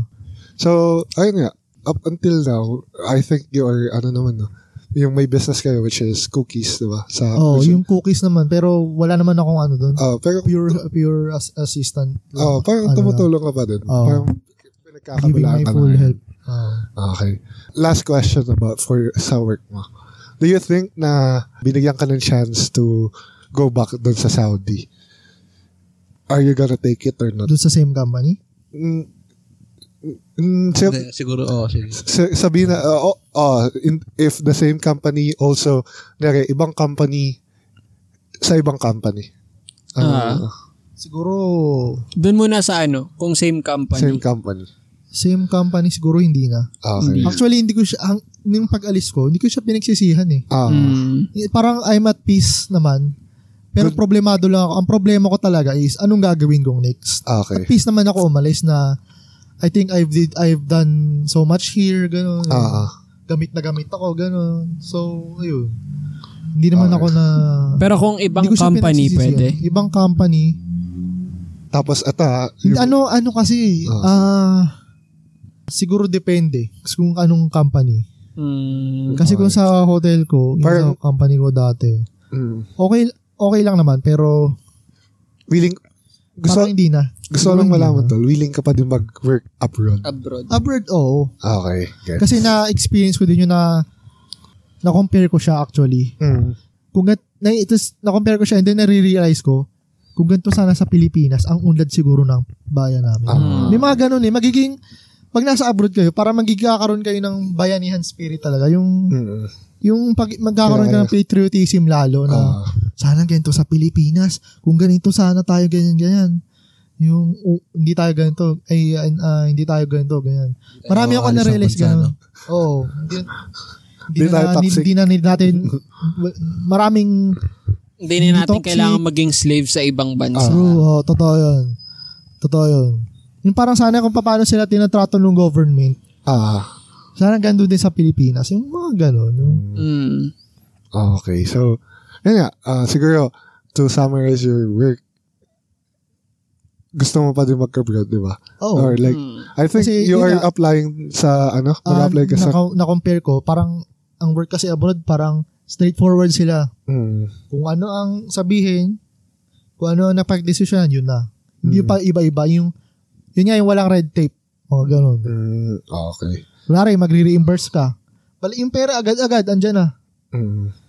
Speaker 3: So, ayun nga, up until now, I think you are, ano naman, no? yung may business kayo, which is cookies, di ba? Sa,
Speaker 4: Oo,
Speaker 3: which-
Speaker 4: Oh, yung cookies naman. Pero wala naman akong ano doon.
Speaker 3: Ah, pero,
Speaker 4: Pure pure as- assistant.
Speaker 3: oh, parang
Speaker 4: Ano
Speaker 3: tumutulong ka pa din.
Speaker 4: Oo.
Speaker 3: Parang
Speaker 4: Giving
Speaker 3: pinagkakabalaan
Speaker 4: my
Speaker 3: ka na.
Speaker 4: full
Speaker 3: ngayon.
Speaker 4: help. Ah, Oo.
Speaker 3: Okay. Last question about for sa work mo. Do you think na binigyan ka ng chance to go back doon sa Saudi? Are you gonna take it or not?
Speaker 4: doon sa same company.
Speaker 3: Mm, mm, sim-
Speaker 1: Hindi, siguro, oh, sige.
Speaker 3: S- sabi na uh, oh, oh, in- if the same company also nare ibang company sa ibang company Ano,
Speaker 2: Ah.
Speaker 4: Siguro,
Speaker 2: Doon muna sa ano, kung same company.
Speaker 3: same company Ah,
Speaker 4: same company siguro hindi na.
Speaker 3: okay
Speaker 4: Actually, hindi ko siya, ang, yung pag-alis ko, hindi ko siya pinagsisihan eh.
Speaker 3: ah
Speaker 2: Mm.
Speaker 4: Parang I'm at peace naman. Pero
Speaker 3: Good.
Speaker 4: problemado lang ako. Ang problema ko talaga is, anong gagawin kong next?
Speaker 3: okay
Speaker 4: At least naman ako umalis na I think I've did I've done so much here ganun.
Speaker 3: ah ah.
Speaker 4: Gamit na gamit ako ganun. So ayun. Hindi naman
Speaker 3: Okay.
Speaker 4: ako na
Speaker 2: Pero kung ibang
Speaker 4: hindi ko siya
Speaker 2: company
Speaker 4: pinagsisisihan.
Speaker 2: pwede.
Speaker 4: Ibang company.
Speaker 3: tapos ata
Speaker 4: Hindi, ano ano kasi ah
Speaker 3: Ah.
Speaker 4: siguro depende kung anong company.
Speaker 2: Mm.
Speaker 4: Kasi kung sa hotel ko, yung
Speaker 3: Parang-
Speaker 4: sa company ko dati.
Speaker 3: mm,
Speaker 4: Okay okay lang naman pero
Speaker 3: willing gusto
Speaker 4: parang hindi na.
Speaker 3: gusto
Speaker 4: parang
Speaker 3: lang
Speaker 4: hindi
Speaker 3: malaman
Speaker 4: na.
Speaker 3: tol willing ka pa din mag-work abroad Ah,
Speaker 5: Abroad.
Speaker 4: Abroad oo.
Speaker 3: okay okay
Speaker 4: Kasi na-experience ko din yun na na-compare ko siya actually.
Speaker 3: mm,
Speaker 4: kung gan- na, itas, na-compare ko siya and then nare-realize ko, kung ganito sana sa Pilipinas, ang unlad siguro ng bayan namin.
Speaker 3: Ah.
Speaker 4: May mga ganun eh. Magiging, pag nasa abroad kayo, para magigakaroon kayo ng bayanihan spirit talaga. Yung,
Speaker 3: mm,
Speaker 4: yung pag, magkakaroon ka ng patriotism lalo na,
Speaker 3: ah,
Speaker 4: sana ganito sa Pilipinas. Kung ganito sana tayo ganyan-ganyan. Yung, u- hindi tayo ganito. Ay, ay, ah, hindi tayo ganito, ganyan. Marami
Speaker 1: Ay,
Speaker 4: ako
Speaker 1: alis ng
Speaker 4: na-realize
Speaker 1: bansa,
Speaker 4: ganun.
Speaker 1: no?
Speaker 4: Oo. Hindi, hindi,
Speaker 3: Hindi tayo
Speaker 4: na,
Speaker 3: toxic.
Speaker 4: hindi na need natin, maraming
Speaker 2: Hindi na natin
Speaker 4: Detoxy.
Speaker 2: kailangan maging slave sa ibang bansa.
Speaker 3: Ah.
Speaker 4: True, oo, totoo yun. Totoo yun. Yung parang sana kung paano sila tinatrato ng government,
Speaker 3: ah.
Speaker 4: sana ganun din sa Pilipinas. Yung mga ganun. Yung,
Speaker 2: Mm.
Speaker 3: Oh, Okay, so, yun nga, ah, siguro, to summarize your work, gusto mo pa din mag-abroad, di ba?
Speaker 4: oh,
Speaker 3: Or like,
Speaker 2: Mm.
Speaker 3: I think
Speaker 4: Kasi
Speaker 3: you
Speaker 4: yun
Speaker 3: are
Speaker 4: nga.
Speaker 3: applying sa, ano,
Speaker 4: ah,
Speaker 3: mag-apply ka sa,
Speaker 4: naka- na-compare ko, parang, ang work kasi abroad, parang straightforward sila.
Speaker 3: Mm,
Speaker 4: Kung ano ang sabihin, kung ano ang napag-desisyonan, yun na. Hindi
Speaker 3: Mm.
Speaker 4: pa iba-iba. Yung, yun nga yung walang red tape. Mga ganun.
Speaker 3: mm, okay.
Speaker 4: Kunwari, magre-reimburse ka. Bali, yung pera agad-agad, andyan na.
Speaker 3: Mm,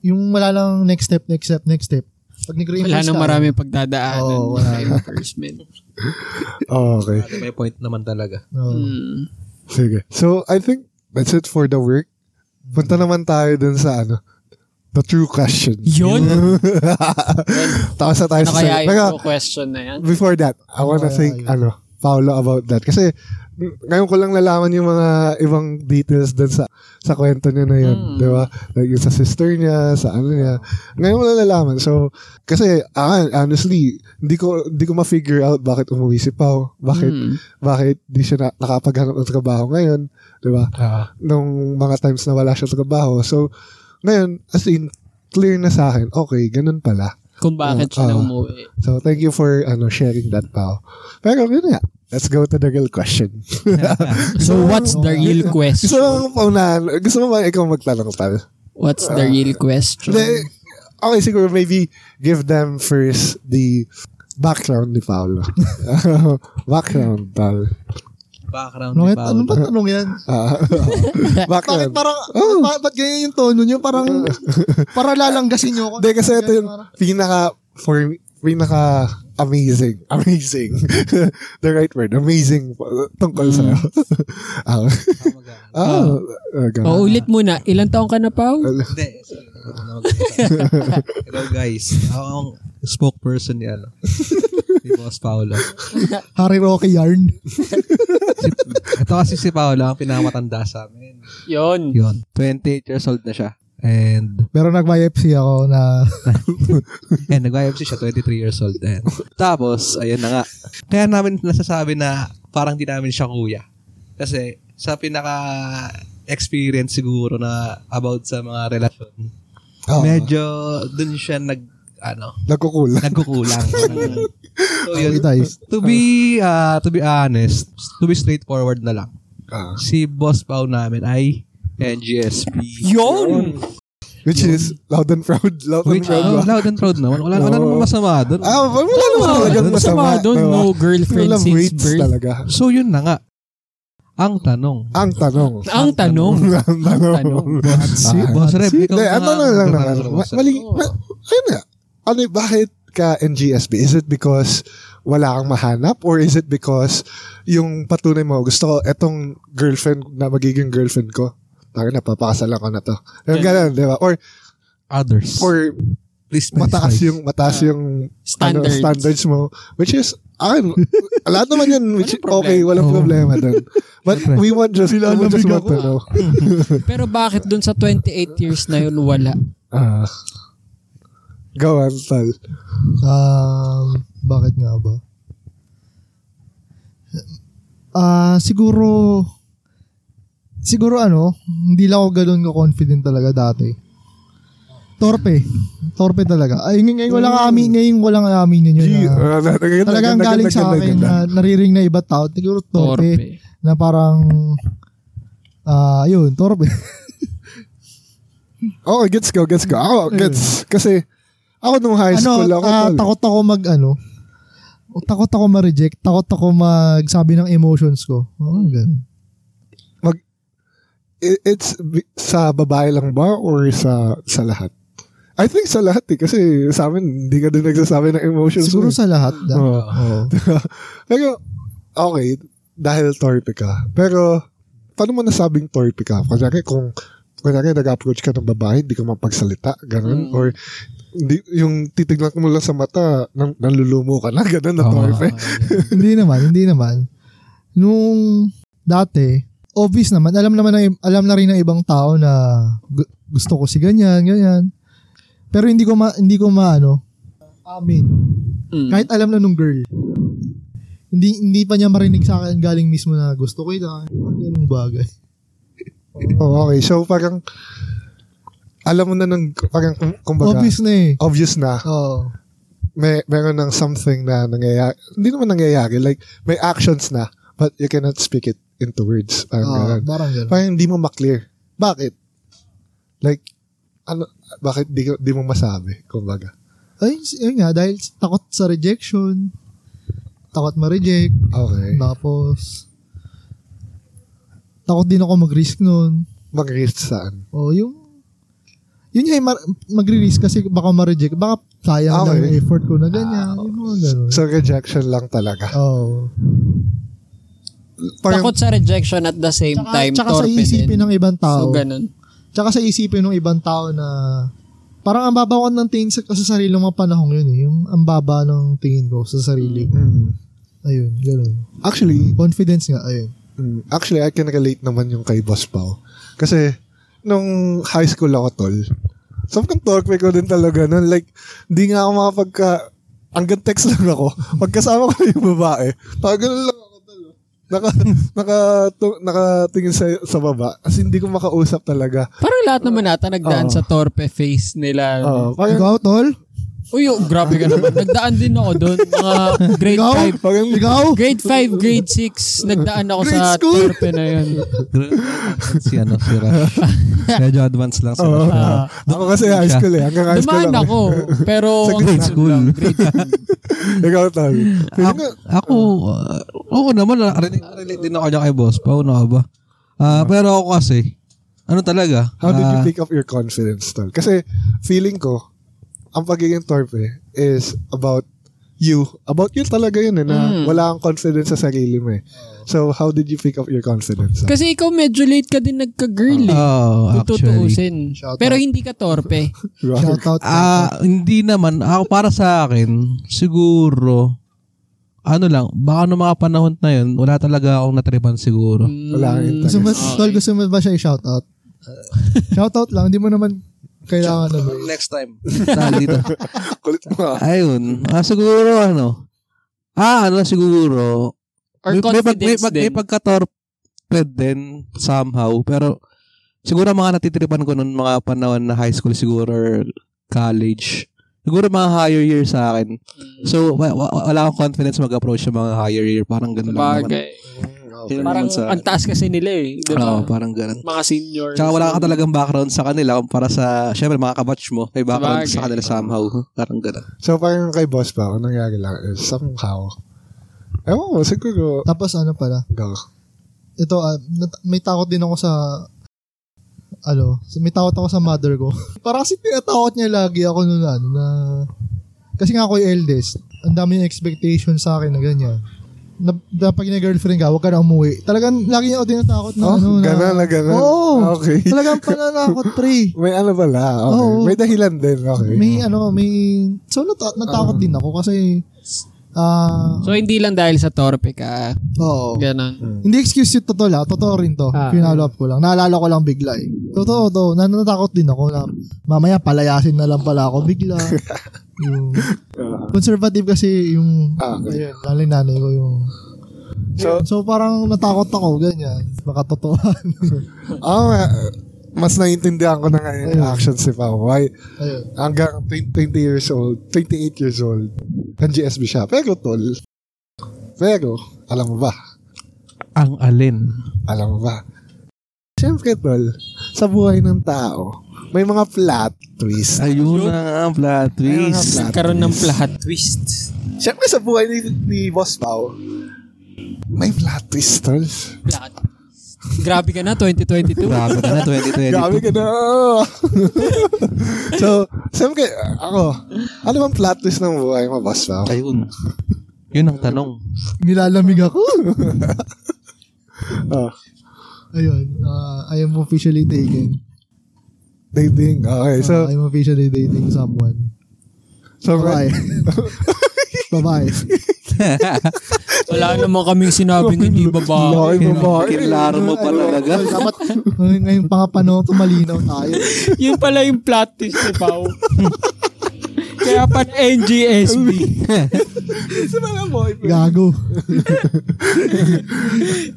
Speaker 4: Yung wala lang next step, next step, next step. Pag nag-reimburse
Speaker 2: Wala
Speaker 4: ka,
Speaker 2: nang maraming pagdadaanan.
Speaker 4: Oo,
Speaker 2: Oh,
Speaker 4: wala.
Speaker 2: reimbursement.
Speaker 3: okay,
Speaker 1: Dati May point naman talaga.
Speaker 4: Oo.
Speaker 2: Mm.
Speaker 3: sige. So, I think, that's it for the work. Punta
Speaker 4: Mm.
Speaker 3: naman tayo dun sa, ano, the true question.
Speaker 2: Yun?
Speaker 3: *laughs* Tapos na tayo
Speaker 2: Ano
Speaker 3: sa,
Speaker 2: kaya
Speaker 3: Teka,
Speaker 2: yung question na yan?
Speaker 3: before that, I wanna
Speaker 4: Wala
Speaker 3: thank
Speaker 4: yun.
Speaker 3: ano, Paolo about that. Kasi n- ngayon ko lang nalaman yung mga ibang details dun sa sa kwento niya na yun,
Speaker 2: Mm.
Speaker 3: 'di ba? Like yung sa sister niya, sa ano niya. Ngayon ko lang nalaman. So, kasi ah, honestly, hindi ko hindi ko ma-figure out bakit umuwi si Pao, bakit
Speaker 2: Mm.
Speaker 3: bakit di siya na, nakapaghanap ng trabaho ngayon, 'di ba?
Speaker 4: Ah.
Speaker 3: nung mga times na wala siya trabaho. So, ngayon, as in, clear na sa akin, okay, ganun pala.
Speaker 2: Kung
Speaker 3: Ah,
Speaker 2: bakit siya
Speaker 3: ah.
Speaker 2: na umuwi.
Speaker 3: So, thank you for ano sharing that, pal. Pero, yun nga. Let's go to the real question.
Speaker 2: So,
Speaker 4: Ah.
Speaker 2: what's the
Speaker 4: Ano
Speaker 2: real
Speaker 3: Gusto
Speaker 2: question?
Speaker 3: mo paunahan? Gusto mo ba ikaw magtanong, Tal?
Speaker 2: What's the real question?
Speaker 3: Hindi. Okay, siguro maybe give them first the background ni Paolo. *laughs* background, Tal.
Speaker 1: Background
Speaker 4: Ano ba ano ba tanong yan?
Speaker 3: Ah, *laughs*
Speaker 2: *laughs*
Speaker 4: Bakit
Speaker 3: background.
Speaker 4: parang, ba- ba't ganyan yung tono nyo? Parang, para lalanggasin nyo ako.
Speaker 3: Hindi, kasi ito yung
Speaker 4: Parang-
Speaker 3: pinaka, for, pinaka amazing. Amazing. *laughs* the right word. Amazing tungkol sa'yo. *laughs* Ah, Mm. ah, ah, ganun.
Speaker 2: O, ulit muna. Ilang taong ka na, Pao?
Speaker 1: Hindi. ano, Hello guys. Ako ang spokesperson ni ano. Ni Boss Paolo.
Speaker 4: Harry Rocky Yarn.
Speaker 1: Ito kasi si Paolo ang pinakamatanda sa amin.
Speaker 5: Yun.
Speaker 1: Yun. 28 years old na siya. And, eh,
Speaker 4: Pero nag-YFC ako na
Speaker 1: and nag-IFC siya, 23 years old din. Tapos, ayun na nga. Kaya namin nasasabi na parang di namin siya kuya. Kasi sa pinaka experience siguro na about sa mga relasyon,
Speaker 3: Ah,
Speaker 1: medyo dun siya nag, ano,
Speaker 3: nagkukulang.
Speaker 1: nagkukulang. so, yun.
Speaker 4: guys.
Speaker 1: To be ah, to be honest, to be straightforward na lang.
Speaker 3: Ah.
Speaker 1: Si boss pao namin ay NGSP.
Speaker 2: Yun!
Speaker 3: Which is loud and proud. Loud and
Speaker 1: Which
Speaker 3: proud.
Speaker 1: oh, loud and proud naman. Wala, wala namang masama doon.
Speaker 3: Ah, wala naman talagang masama.
Speaker 2: Masama doon,
Speaker 3: diba?
Speaker 2: no girlfriend
Speaker 3: Walang
Speaker 2: since
Speaker 3: weights
Speaker 2: birth.
Speaker 3: talaga.
Speaker 1: So yun na nga. Ang tanong.
Speaker 3: Ang tanong.
Speaker 2: Ang tanong.
Speaker 3: Ang tanong. Ah,
Speaker 1: Si Ah, Boss Rev, ikaw
Speaker 3: Hindi,
Speaker 1: na
Speaker 3: ang
Speaker 1: nga
Speaker 3: tanong ano lang
Speaker 1: ang
Speaker 3: naman.
Speaker 1: tanong,
Speaker 3: Ma-
Speaker 1: Boss Rev.
Speaker 3: Mali, ma- ayun nga. Ano, y- bakit ka NGSB? Is it because wala kang mahanap or is it because yung patunay mo, gusto ko etong girlfriend na magiging girlfriend ko? Taka na, papakasalan ko na to. Yung ganun, di ba? Or,
Speaker 1: Others.
Speaker 3: or
Speaker 1: please
Speaker 3: mataas
Speaker 1: specify.
Speaker 3: *laughs* yung, mataas yung
Speaker 2: Standards.
Speaker 3: Ano, standards mo. Which is, akin, lahat naman yan, which is okay, walang
Speaker 1: Oo.
Speaker 3: problema doon. But
Speaker 1: Siyempre.
Speaker 3: we want just, we just want to know.
Speaker 2: Pero bakit doon sa 28 years na yun wala?
Speaker 3: Ah. go on, Tal.
Speaker 4: Um, bakit nga ba? Ah, siguro siguro ano, hindi lang ako ganoon ko confident talaga dati. Torpe. Torpe talaga. Ay, ngayon, ngayon walang amin, ngayon walang amin yun.
Speaker 3: Gee, ah,
Speaker 4: na,
Speaker 3: nagaganda,
Speaker 4: talagang
Speaker 3: ganda,
Speaker 4: galing sa ah.
Speaker 3: ganda,
Speaker 4: akin
Speaker 3: ganda.
Speaker 4: na naririnig na iba tao. Siguro torpe,
Speaker 2: Torpe.
Speaker 4: na parang ah, yun, torpe.
Speaker 3: Oo, gets ko, gets ko. Ako, gets. Kasi, ako nung *laughs* high
Speaker 4: Mm. ano,
Speaker 3: school, ako,
Speaker 4: ah,
Speaker 3: Tal.
Speaker 4: takot ako mag ano, takot ako ma-reject, takot ako magsabi ng emotions ko. Oo, ganun.
Speaker 3: I- it's bi- sa babae lang ba or sa sa lahat? I think sa lahat eh, kasi sa amin, hindi ka din nagsasabi ng emotions.
Speaker 4: Siguro
Speaker 3: mo.
Speaker 4: sa lahat. Da.
Speaker 3: Oo.
Speaker 4: Oo.
Speaker 3: Pero, okay, dahil torpe ka. Pero, paano mo nasabing torpe ka? Kunyari, kung, kunyari, nag-approach ka ng babae, hindi ka mapagsalita, ganun, or, hindi, yung titignan mo lang sa mata, nang, nanlulumo ka na, *laughs* ganun, na
Speaker 1: Oo.
Speaker 3: torpe.
Speaker 4: hindi naman, hindi naman. Nung dati, obvious naman, alam naman na, alam na rin ng ibang tao na gu- gusto ko si ganyan, ganyan. Pero hindi ko ma, hindi ko maano. Amin.
Speaker 5: Mm.
Speaker 4: Kahit alam na nung girl. Hindi hindi pa niya marinig sa akin galing mismo na gusto ko ito. ah. Ganung bagay.
Speaker 3: Oh, okay, so parang, alam mo na ng, parang, kum- kumbaga, obvious,
Speaker 4: Obvious na eh.
Speaker 3: na,
Speaker 4: Oo.
Speaker 3: may, meron ng something na nangyayari, hindi naman nangyayari, like, may actions na, but you cannot speak it into words. Parang
Speaker 4: Oo,
Speaker 3: ganun.
Speaker 4: parang ganun.
Speaker 3: Parang hindi mo maklear. Bakit? Like, ano, bakit di, ka- di mo masabi? Kumbaga.
Speaker 4: Ay, yun nga, dahil takot sa rejection. Takot ma-reject.
Speaker 3: Okay.
Speaker 4: Tapos, takot din ako mag-risk nun.
Speaker 3: Mag-rift saan?
Speaker 4: O yung, yun yung mar- mag-risk kasi baka ma-reject. Baka
Speaker 3: Ah,
Speaker 4: sayang lang
Speaker 3: Okay. Ah,
Speaker 4: yung effort ko na ganyan. yung mga ganun.
Speaker 3: So, rejection lang talaga.
Speaker 4: Oo.
Speaker 2: Takot sa rejection at the same
Speaker 4: Tsaka,
Speaker 2: time.
Speaker 4: tsaka sa
Speaker 2: torpe
Speaker 4: isipin
Speaker 2: din.
Speaker 4: ng ibang
Speaker 2: So,
Speaker 4: tao.
Speaker 2: ganun.
Speaker 4: tsaka sa isipin ng ibang tao na parang ang baba ko ng tingin sa, sa sarili ng mga panahong yun eh. Yung ang baba ng tingin ko sa sarili. ko.
Speaker 3: Mm.
Speaker 4: Ayun, ganun.
Speaker 3: Actually,
Speaker 4: Confidence nga, ayun.
Speaker 3: mm, actually, I can relate naman yung kay Boss Pao. Kasi, nung high school ako, tol, sobrang torpe ko din talaga nun. Like, di nga ako makapagka, hanggang text lang ako. *laughs* Pagkasama ko yung babae, parang ganun lang ako, tol. Naka, naka, nakatingin sa, sa baba. As in, hindi ko makausap talaga.
Speaker 2: Parang lahat naman nata nagdaan
Speaker 3: Oo. Ah,
Speaker 2: sa torpe face nila.
Speaker 3: Oo,
Speaker 4: Ikaw, tol?
Speaker 2: Uy, oh, grabe ka naman. Nagdaan din ako doon. Mga grade
Speaker 4: Ikaw?
Speaker 2: 5.
Speaker 4: Ikaw?
Speaker 3: *laughs*
Speaker 2: Grade 5, grade 6, nagdaan ako
Speaker 4: Grade
Speaker 2: sa
Speaker 4: school?
Speaker 2: terpe na yun.
Speaker 1: Gra- si ano, si Rush. *laughs* Medyo advance lang sa Rush.
Speaker 3: *laughs*
Speaker 2: Ah,
Speaker 3: Ako kasi high school eh. Hanggang high school
Speaker 2: dumaan
Speaker 3: lang.
Speaker 2: ako, pero
Speaker 1: Sa grade school.
Speaker 2: grade
Speaker 3: Ikaw,
Speaker 2: *laughs*
Speaker 3: Tavi. Feeling ko,
Speaker 1: Ako, uh, oo naman, ah, relate, relate din ako dyan kay boss. Paano ka ba? Ah, pero ako kasi, ano talaga?
Speaker 3: how did you
Speaker 1: ah,
Speaker 3: pick up your confidence, Tol? Kasi feeling ko, ang pagiging torpe is about you. About you talaga yun eh, na wala kang confidence sa sarili mo eh. So, how did you pick up your confidence? Tol?
Speaker 2: Kasi ikaw medyo late ka din
Speaker 1: oh,
Speaker 2: nagka-girl eh. Kung
Speaker 1: actually.
Speaker 2: tutuusin.
Speaker 4: Shout
Speaker 2: Pero hindi ka torpe.
Speaker 3: Wow.
Speaker 4: Shout out.
Speaker 1: Ah, hindi naman. Ako para sa akin, siguro, ano lang, baka noong mga panahon na yun, wala talaga akong natripan siguro.
Speaker 3: Wala kang
Speaker 4: gusto mo,
Speaker 3: interest.
Speaker 4: tol, gusto mo ba siya i-shout out? shout out lang, hindi mo naman kailangan ano.
Speaker 1: Next time. Dahil dito. *laughs*
Speaker 3: Kulit mo ah.
Speaker 1: Ayun. Ah, siguro ano. Ah, ano siguro.
Speaker 2: Or
Speaker 1: may, may, pag, may,
Speaker 2: confidence
Speaker 1: pag, may
Speaker 2: din.
Speaker 1: pagka-torped din somehow. Pero siguro mga natitripan ko noon mga panahon na high school siguro or college. Siguro mga higher year sa akin.
Speaker 2: Mm.
Speaker 1: So, wa- wa- wala akong confidence mag-approach sa mga higher year. Parang ganun lang naman.
Speaker 2: Bagay.
Speaker 1: Yun
Speaker 2: Parang
Speaker 1: naman sa-
Speaker 2: ang taas kasi nila eh. Di
Speaker 1: Oo,
Speaker 2: ba?
Speaker 1: parang ganun.
Speaker 2: Mga senior.
Speaker 1: Tsaka wala ka talagang background sa kanila kumpara sa, syempre mga kabatch mo, may background
Speaker 2: Sabagay.
Speaker 1: sa kanila somehow. Parang ganun.
Speaker 3: So, parang kay boss pa, ang nangyari lang is somehow, ewan ko, siguro,
Speaker 4: Tapos ano pala,
Speaker 3: go.
Speaker 4: ito, ah, nat- may takot din ako sa, ano, so may takot ako sa mother ko. *laughs* Parang kasi tinatakot niya lagi ako nun, ano, na, kasi nga ako yung eldest, ang dami yung expectation sa akin na ganyan. Na, na pag na-girlfriend ka, huwag ka na umuwi. Talagang lagi niya ako tinatakot na,
Speaker 3: Oh,
Speaker 4: ano, na,
Speaker 3: gano'n na gano'n.
Speaker 4: Oo.
Speaker 3: Ah, Okay.
Speaker 4: talagang pananakot, pre.
Speaker 3: May ano pala, okay.
Speaker 4: Oo.
Speaker 3: May dahilan din, okay.
Speaker 4: May, ano, may, so nata- natakot din ako kasi, ah,
Speaker 2: So hindi lang dahil sa torpe ka.
Speaker 4: oo.
Speaker 2: Ganon.
Speaker 4: Hindi excuse yun, totoo lang. Totoo rin to.
Speaker 2: Ah.
Speaker 4: Pinalo up ko lang. Naalala ko lang bigla eh. Totoo to. Nanatakot din ako na mamaya palayasin na lang pala ako bigla.
Speaker 3: *laughs*
Speaker 4: yung conservative kasi yung
Speaker 3: Ah, okay.
Speaker 4: ayun, lalo yung nanay ko yung
Speaker 3: So,
Speaker 4: so parang natakot ako ganyan baka totohan *laughs*
Speaker 3: oh, mas naiintindihan ko na nga yung actions ni Pao. Why,
Speaker 4: ayun
Speaker 3: hanggang 20 20 years old, 28 years old, ng GSB siya. Pero, tol, pero, alam mo ba,
Speaker 1: Ang alin?
Speaker 3: alam mo ba, Siyempre, tol, sa buhay ng tao, may mga plot twist.
Speaker 1: Ayun na nga, plot twist.
Speaker 2: Nagkaroon ng plot twist.
Speaker 3: Siyempre, sa buhay ni, ni Boss Pao, may plot twist, tol.
Speaker 2: Plot. Grabe ka na, 2022.
Speaker 1: Grabe ka na, 2022.
Speaker 3: Grabe ka na. *laughs* so, siyempre, ako, ano bang plot twist ng buhay mo, boss ba?
Speaker 1: Ayun. Yun ang tanong.
Speaker 4: nilalamig
Speaker 3: *laughs*
Speaker 4: ako
Speaker 3: Oh,
Speaker 4: ayun ah, I am officially taken
Speaker 3: dating. Okay,
Speaker 4: so,
Speaker 3: so,
Speaker 4: I am officially dating someone
Speaker 3: so,
Speaker 4: *laughs* bye bye
Speaker 2: Wala naman kaming sinabing hindi babae.
Speaker 3: Laki mo ba?
Speaker 1: Kilaro mo pa
Speaker 4: ano?
Speaker 1: talaga.
Speaker 4: dapat ngayon, ngayon pa nga panahon to, malinaw tayo
Speaker 2: *laughs* Yun pala yung plot twist ni Pao. Kaya pa NGSB.
Speaker 1: *laughs*
Speaker 4: gago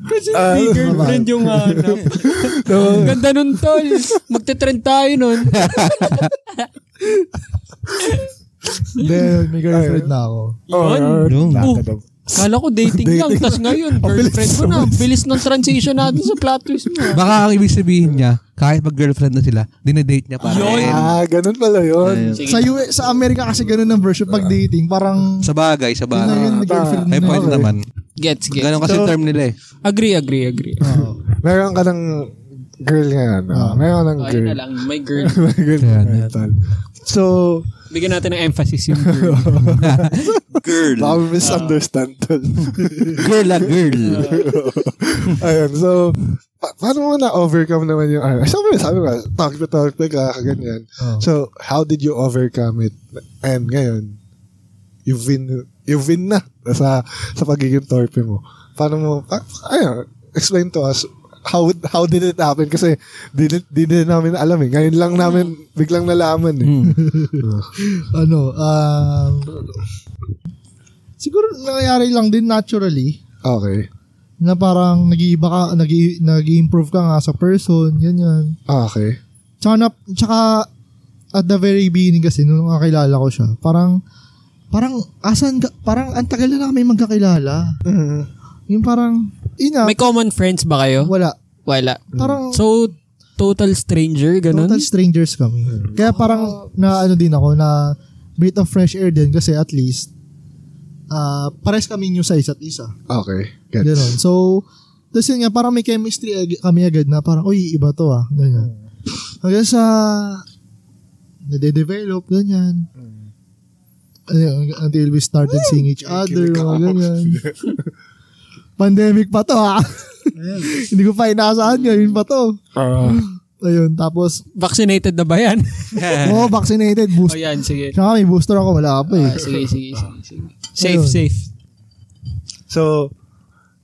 Speaker 2: Kasi
Speaker 1: Ah.
Speaker 2: may girlfriend yung ah,
Speaker 1: *laughs*
Speaker 2: ano. hanap. Ang Ganda nun, tol. Magte-trend tayo nun.
Speaker 4: Then, may girlfriend na ako.
Speaker 1: Yung.
Speaker 2: Yun. Oh, kala ko dating, lang. Tapos ngayon, girlfriend mo na. Ang Bilis ng transition natin sa plot twist mo.
Speaker 1: Baka ang ibig sabihin niya, kahit mag-girlfriend na sila, dinedate niya pa rin.
Speaker 3: Ah, ganun pala yun.
Speaker 4: Sa US, sa Amerika kasi ganun ang version pag dating. Parang,
Speaker 1: Sa bagay, sa
Speaker 4: yun na
Speaker 1: bagay.
Speaker 4: yun, girlfriend
Speaker 1: May
Speaker 4: na
Speaker 1: point
Speaker 4: yun.
Speaker 1: naman.
Speaker 2: Gets, gets.
Speaker 1: Ganon kasi term nila eh.
Speaker 2: Agree, agree, agree.
Speaker 3: Meron ka ng girl ngayon. ah. Meron ka ng
Speaker 2: Okay
Speaker 3: girl.
Speaker 2: na lang. May girl.
Speaker 3: May *laughs* girl
Speaker 1: Kaya na.
Speaker 3: ngayon, tol. So,
Speaker 2: Bigyan natin ng emphasis yung girl.
Speaker 1: Girl.
Speaker 3: baka
Speaker 2: Ah.
Speaker 3: misunderstand, tol. *laughs*
Speaker 1: Girl ah, girl.
Speaker 3: Ayun, so, pa- paano mo na-overcome naman yung, ano? sabi mo, sabi mo, talk to talk to ka, ganyan.
Speaker 4: Oh.
Speaker 3: So, how did you overcome it? And ngayon, you've been, you've been na sa, sa pagiging torpe mo. Paano mo, pa, ayun, explain to us, how would- how did it happen? Kasi, di, di, di din namin alam eh. Ngayon lang namin, biglang nalaman eh.
Speaker 4: Ano, um, siguro nangyayari lang din naturally
Speaker 3: Okay.
Speaker 4: na parang nag-iiba ka, nag-i- nag-i-improve ka nga sa person, yun yan.
Speaker 3: Okay.
Speaker 4: Tsaka, na, tsaka at the very beginning kasi, nung nakakilala ko siya, parang, parang, asan, ka- parang ang tagal na kami magkakilala.
Speaker 3: Mm.
Speaker 4: Yung parang, yun nga,
Speaker 2: May common friends ba kayo?
Speaker 4: wala.
Speaker 2: Wala.
Speaker 4: Parang,
Speaker 2: So, total stranger, ganun?
Speaker 4: Total strangers kami. Kaya parang na ano din ako na breath of fresh air din kasi at least ah pares kami new sa isa't isa.
Speaker 3: Okay. Gets.
Speaker 4: Ganun. So, tapos yun nga, parang may chemistry ag- kami agad na parang, uy, iba to ah. Ganyan.
Speaker 3: Hmm.
Speaker 4: Hanggang sa nade-develop, ganyan.
Speaker 3: Hmm.
Speaker 4: Ayun, until we started seeing each other, mga ganyan.
Speaker 3: *laughs*
Speaker 4: Pandemic pa to ah. *laughs* Hindi ko pa inaasahan ngayon pa to.
Speaker 3: Ah,
Speaker 4: Ayun, tapos
Speaker 2: Vaccinated na ba yan?
Speaker 3: Eh.
Speaker 4: Oo, vaccinated.
Speaker 2: o
Speaker 4: Boost.
Speaker 2: Oh,
Speaker 3: Oh,
Speaker 2: yan, sige.
Speaker 4: Tsaka may booster ako, wala ka pa eh.
Speaker 2: Ah, sige, sige, sige, sige. Safe,
Speaker 4: Ayun.
Speaker 2: safe.
Speaker 3: so,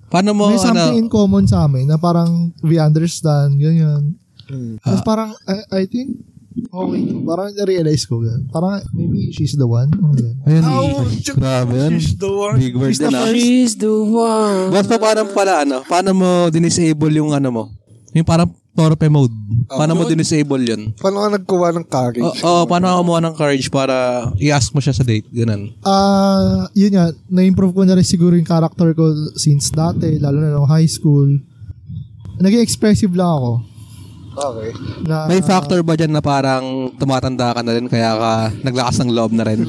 Speaker 1: Paano mo,
Speaker 4: May something in
Speaker 1: ano,
Speaker 4: common sa amin na parang we understand, ganyan.
Speaker 3: mm,
Speaker 4: Tapos parang, I, I think, okay, parang na-realize ko. Ganyan. Parang maybe she's the one. Oh, ganyan.
Speaker 1: ayun, grabe yun. Big word din ah.
Speaker 2: She's the one.
Speaker 1: Mas pa paano pala ano? Paano mo dinisable yung ano mo? Yung parang torpe mode. Paano mo dinisable yun?
Speaker 3: paano ka nagkuha ng courage?
Speaker 1: Oo, oh, paano ka kumuha ng courage para i-ask mo siya sa date? Ganun.
Speaker 4: Ah, yun nga, na-improve ko na rin siguro yung character ko since dati, lalo na nung high school. Naging expressive lang ako.
Speaker 3: Okay.
Speaker 4: Na,
Speaker 1: May factor ba dyan na parang tumatanda ka na rin kaya ka naglakas ng loob na rin?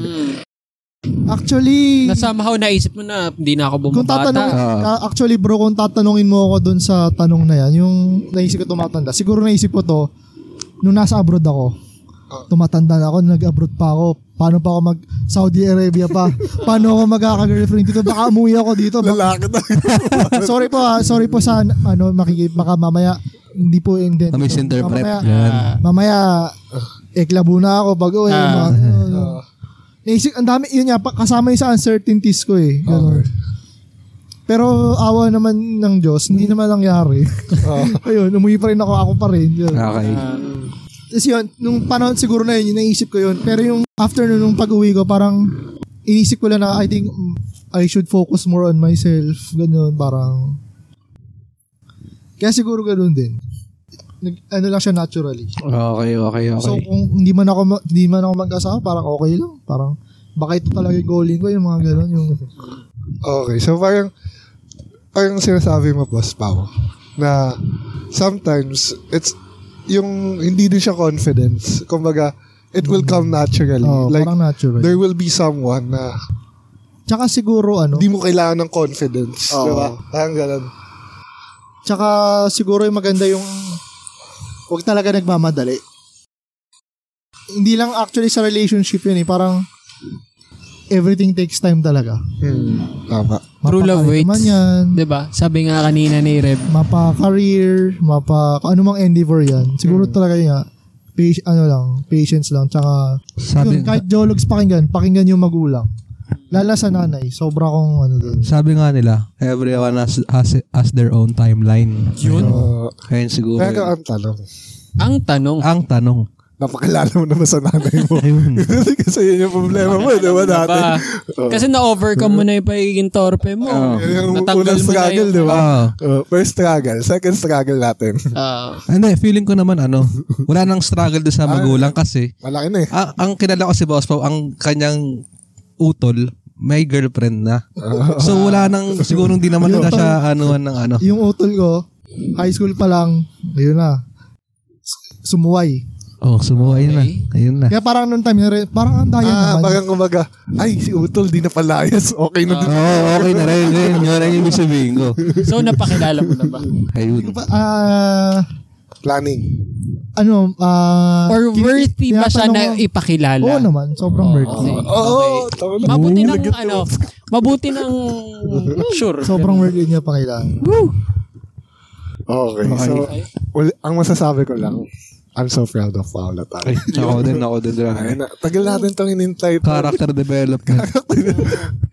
Speaker 4: actually,
Speaker 2: Na somehow naisip mo na hindi na ako
Speaker 4: Kung
Speaker 2: bumabata.
Speaker 4: tatanong,
Speaker 1: Ah.
Speaker 4: na- actually bro, kung tatanungin mo ako dun sa tanong na yan, yung naisip ko tumatanda, siguro naisip ko to, nung nasa abroad ako, tumatanda na ako, nag-abroad pa ako, paano pa ako mag Saudi Arabia pa, paano ako magkaka-girlfriend dito, baka umuwi ako dito. Baka,
Speaker 3: Lalaki na.
Speaker 4: *laughs* sorry po ha, sorry po sa, ano, makikip, baka mamaya, hindi po hindi.
Speaker 1: Na misinterpret.
Speaker 4: Mamaya,
Speaker 1: Yan.
Speaker 4: mamaya, eklabo na ako pag uwi.
Speaker 2: Ah.
Speaker 4: mga- Naisip, ang dami, yun nga, pa- kasama yung sa uncertainties ko eh. Ganun. Pero awa naman ng Diyos, hindi naman nangyari. Ayun, umuwi pa rin ako, ako pa rin. Yun.
Speaker 1: Okay.
Speaker 4: Tapos yun, nung panahon siguro na yun, yung naisip ko yun. Pero yung after nun, nung pag-uwi ko, parang inisip ko lang na I think mm, I should focus more on myself. Ganun, parang... Kaya siguro ganun din. Nag, ano lang siya naturally.
Speaker 1: Okay, okay,
Speaker 4: So
Speaker 1: okay.
Speaker 4: kung hindi man ako ma- hindi man ako mag-asawa, parang okay lang. Parang baka ito talaga yung goaling ko yung mga ganun yung
Speaker 3: Okay, so parang, parang sinasabi mo, Boss Pao, na sometimes, it's, yung hindi din siya confidence. Kumbaga, it will come naturally.
Speaker 4: oh,
Speaker 3: *laughs* like,
Speaker 4: parang natural.
Speaker 3: there will be someone na
Speaker 4: Tsaka siguro ano,
Speaker 3: hindi mo kailangan ng confidence.
Speaker 4: Oo.
Speaker 3: Diba? Parang ganun.
Speaker 4: tsaka siguro yung maganda yung huwag talaga nagmamadali. Hindi lang actually sa relationship yun eh, parang everything takes time talaga.
Speaker 3: Hmm. Tama.
Speaker 2: True love
Speaker 4: Mapakali naman
Speaker 2: waits.
Speaker 4: yan.
Speaker 2: Diba? Sabi nga kanina ni Reb.
Speaker 4: Mapa career, mapa kung anumang endeavor yan. Siguro
Speaker 2: Mm.
Speaker 4: talaga yun nga, pati- ano lang, patience lang, tsaka
Speaker 1: Sabi,
Speaker 4: yun, kahit geologs pakinggan, pakinggan yung magulang. Lala sa nanay, sobra kong ano dun.
Speaker 1: sabi nga nila, everyone has, has, has their own timeline. Yun.
Speaker 3: Uh,
Speaker 1: Ayun siguro.
Speaker 3: pero
Speaker 1: yun.
Speaker 3: ang tanong,
Speaker 2: Ang tanong,
Speaker 1: ang tanong.
Speaker 3: napakilala mo naman sa nanay mo. *laughs*
Speaker 1: Ayun.
Speaker 3: Kasi yun yung problema mo, di ba dati?
Speaker 2: Ano
Speaker 3: *laughs*
Speaker 2: ba? Kasi na-overcome mo na yung pagiging torpe mo.
Speaker 1: Oo.
Speaker 3: Yun yung Oh. unang
Speaker 2: Natanggal mo na
Speaker 3: struggle,
Speaker 2: yun.
Speaker 3: di ba?
Speaker 1: Ah.
Speaker 3: Uh, first struggle, second struggle natin.
Speaker 2: Ah,
Speaker 1: Hindi, feeling ko naman ano, wala nang struggle doon sa magulang kasi
Speaker 3: Malaki na eh.
Speaker 1: ang, ang kilala ko si Boss Pao, ang kanyang utol, may girlfriend na. So wala nang, siguro hindi naman na siya anuan ng ano.
Speaker 4: Yung utol ko, high school pa lang, ayun na, s- sumuway.
Speaker 1: Oh, sumuha yun na. Ayun na.
Speaker 4: Kaya parang noong time, nare- parang ang daya
Speaker 3: Ah,
Speaker 4: naman.
Speaker 3: parang kumbaga, ay, si Utol di na *laughs* palayas. Okay na din.
Speaker 1: Oo, oh, okay na rin. Yun, yun ang ibig sabihin ko.
Speaker 2: so, napakilala mo na ba?
Speaker 1: Ayun.
Speaker 3: Diba?
Speaker 4: Ah,
Speaker 3: Planning.
Speaker 4: ano, ah...
Speaker 2: Or
Speaker 4: kin-
Speaker 2: worthy ba siya
Speaker 4: tinatanong
Speaker 2: na
Speaker 4: ko-
Speaker 2: ipakilala?
Speaker 4: Oo naman, sobrang worthy.
Speaker 3: Oo, oh, tama na.
Speaker 2: Mabuti ng ano, mabuti ng sure.
Speaker 4: Sobrang worthy niya pakailangan.
Speaker 3: Okay, so, well, ang masasabi ko lang, I'm so proud of Paola tayo.
Speaker 1: Ay, ako din, ako din.
Speaker 3: Ay,
Speaker 1: grabe.
Speaker 3: na, tagal natin itong inintay.
Speaker 1: Character development.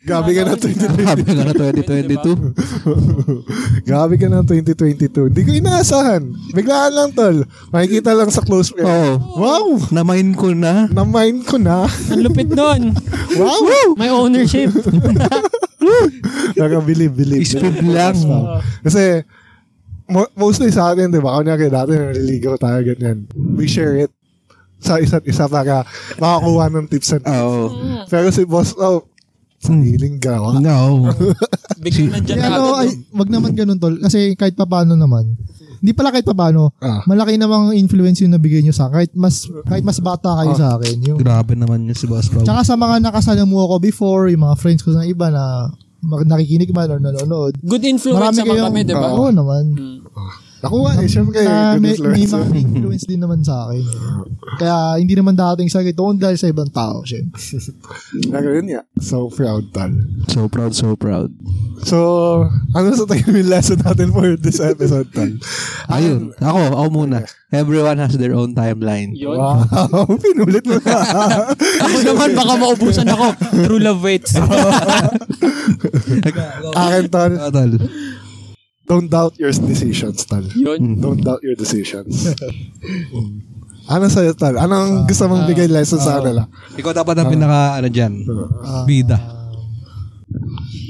Speaker 3: Gabi ka na 2022.
Speaker 1: Sabi ka na 2022.
Speaker 3: Gabi ka na 2022. Hindi ko inaasahan. Biglaan lang, tol. Makikita lang sa close
Speaker 1: Oo.
Speaker 3: friend. Wow!
Speaker 1: Namain ko na.
Speaker 3: Na-mind ko *laughs* na.
Speaker 2: Ang lupit nun.
Speaker 3: Wow!
Speaker 2: May ownership.
Speaker 3: Nakabilib, bilib.
Speaker 1: Speed lang.
Speaker 3: *laughs* Kasi, mo- mostly sa atin, di ba? Kunyari, dati naliligaw tayo, ganyan. We share it. sa isa't isa para makakuha ng tips and tricks.
Speaker 1: Oo.
Speaker 3: Pero si Boss oh, Love,
Speaker 4: Hmm.
Speaker 3: sariling gawa.
Speaker 1: No.
Speaker 2: Bigyan na dyan
Speaker 4: Kaya ano, ay,
Speaker 2: agad.
Speaker 4: wag naman ganun tol. Kasi kahit papaano naman. Hindi pala kahit papaano.
Speaker 3: Ah.
Speaker 4: Malaki namang influence yung nabigay nyo sa akin. Kahit mas, kahit mas bata kayo
Speaker 3: Ah.
Speaker 4: sa akin. Yung,
Speaker 1: Grabe naman yun si Boss Bob.
Speaker 4: tsaka sa mga nakasalamu ako before, yung mga friends ko na iba na mag- nakikinig man or nanonood.
Speaker 2: Good influence
Speaker 4: Marami kayong,
Speaker 2: naman
Speaker 4: Oh.
Speaker 2: kami, di ba?
Speaker 4: Oo naman.
Speaker 2: Mm.
Speaker 3: Nakuha eh, syempre.
Speaker 4: Na,
Speaker 3: good
Speaker 4: may, may
Speaker 3: influence.
Speaker 4: mga influence din naman sa akin. Kaya hindi naman dating sa akin. Doon dahil sa ibang tao. Syempre.
Speaker 3: *laughs* Pero yun nga, so proud tal.
Speaker 1: So proud, so proud.
Speaker 3: So, ano sa tayo yung lesson natin for this episode tal?
Speaker 1: Ayun. Ako, ako muna. Everyone has their own timeline.
Speaker 5: Yun.
Speaker 3: Wow, *laughs* pinulit mo na.
Speaker 1: *laughs*
Speaker 2: Ako naman, baka maubusan ako. True love waits.
Speaker 3: Akin tal,
Speaker 1: Total.
Speaker 3: don't doubt your decisions tal.
Speaker 4: Hmm.
Speaker 2: Yun.
Speaker 3: Don't doubt your decisions. *laughs* ano sa'yo tal? Anong gusto mong bigay lesson sa kanila?
Speaker 1: Ikaw dapat ang pinaka, ano dyan,
Speaker 3: Ah.
Speaker 1: bida.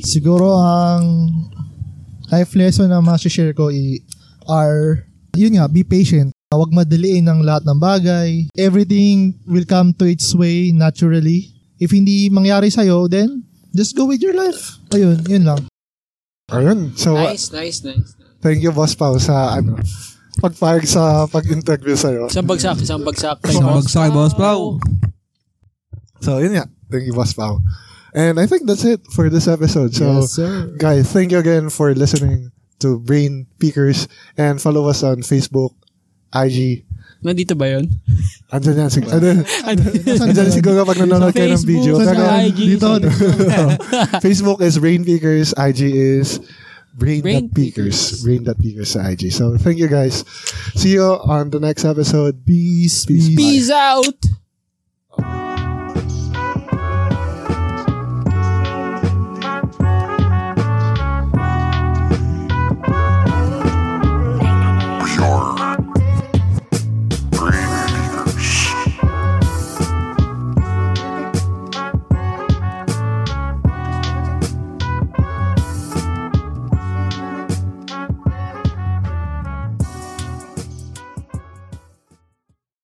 Speaker 4: Siguro ang life lesson na masishare ko i are, yun nga, be patient. Huwag madaliin ang lahat ng bagay. Everything will come to its way naturally. If hindi mangyari sa'yo, then just go with your life. Ayun, yun lang.
Speaker 3: Ayun, so uh,
Speaker 5: Nice, nice, nice.
Speaker 3: thank you Boss Pao sa ano, pagpayag sa pag-interview sa'yo.
Speaker 2: Isang bagsak, isang bagsak. Ano? Kay
Speaker 1: Isang
Speaker 2: Boss.
Speaker 1: bagsak, Boss Pao.
Speaker 3: So, yun nga. Thank you, Boss Pao. And I think that's it for this episode. So,
Speaker 4: sir.
Speaker 3: guys, thank you again for listening to Brain Peakers and follow us on Facebook, IG.
Speaker 2: Nandito ba yun?
Speaker 3: Andyan yan. Sig- ano, andyan siguro pag nanonood kayo ng video.
Speaker 2: Facebook,
Speaker 3: Pero,
Speaker 2: sa IG,
Speaker 3: dito,
Speaker 2: sa-
Speaker 3: *laughs* Facebook is Brain Peakers. IG is Brain,
Speaker 2: Brain
Speaker 3: Brain Peakers. Brain Brain Peakers sa IG. So, thank you, guys. See you on the next episode. Peace. Peace.
Speaker 2: Peace out!
Speaker 3: Bye.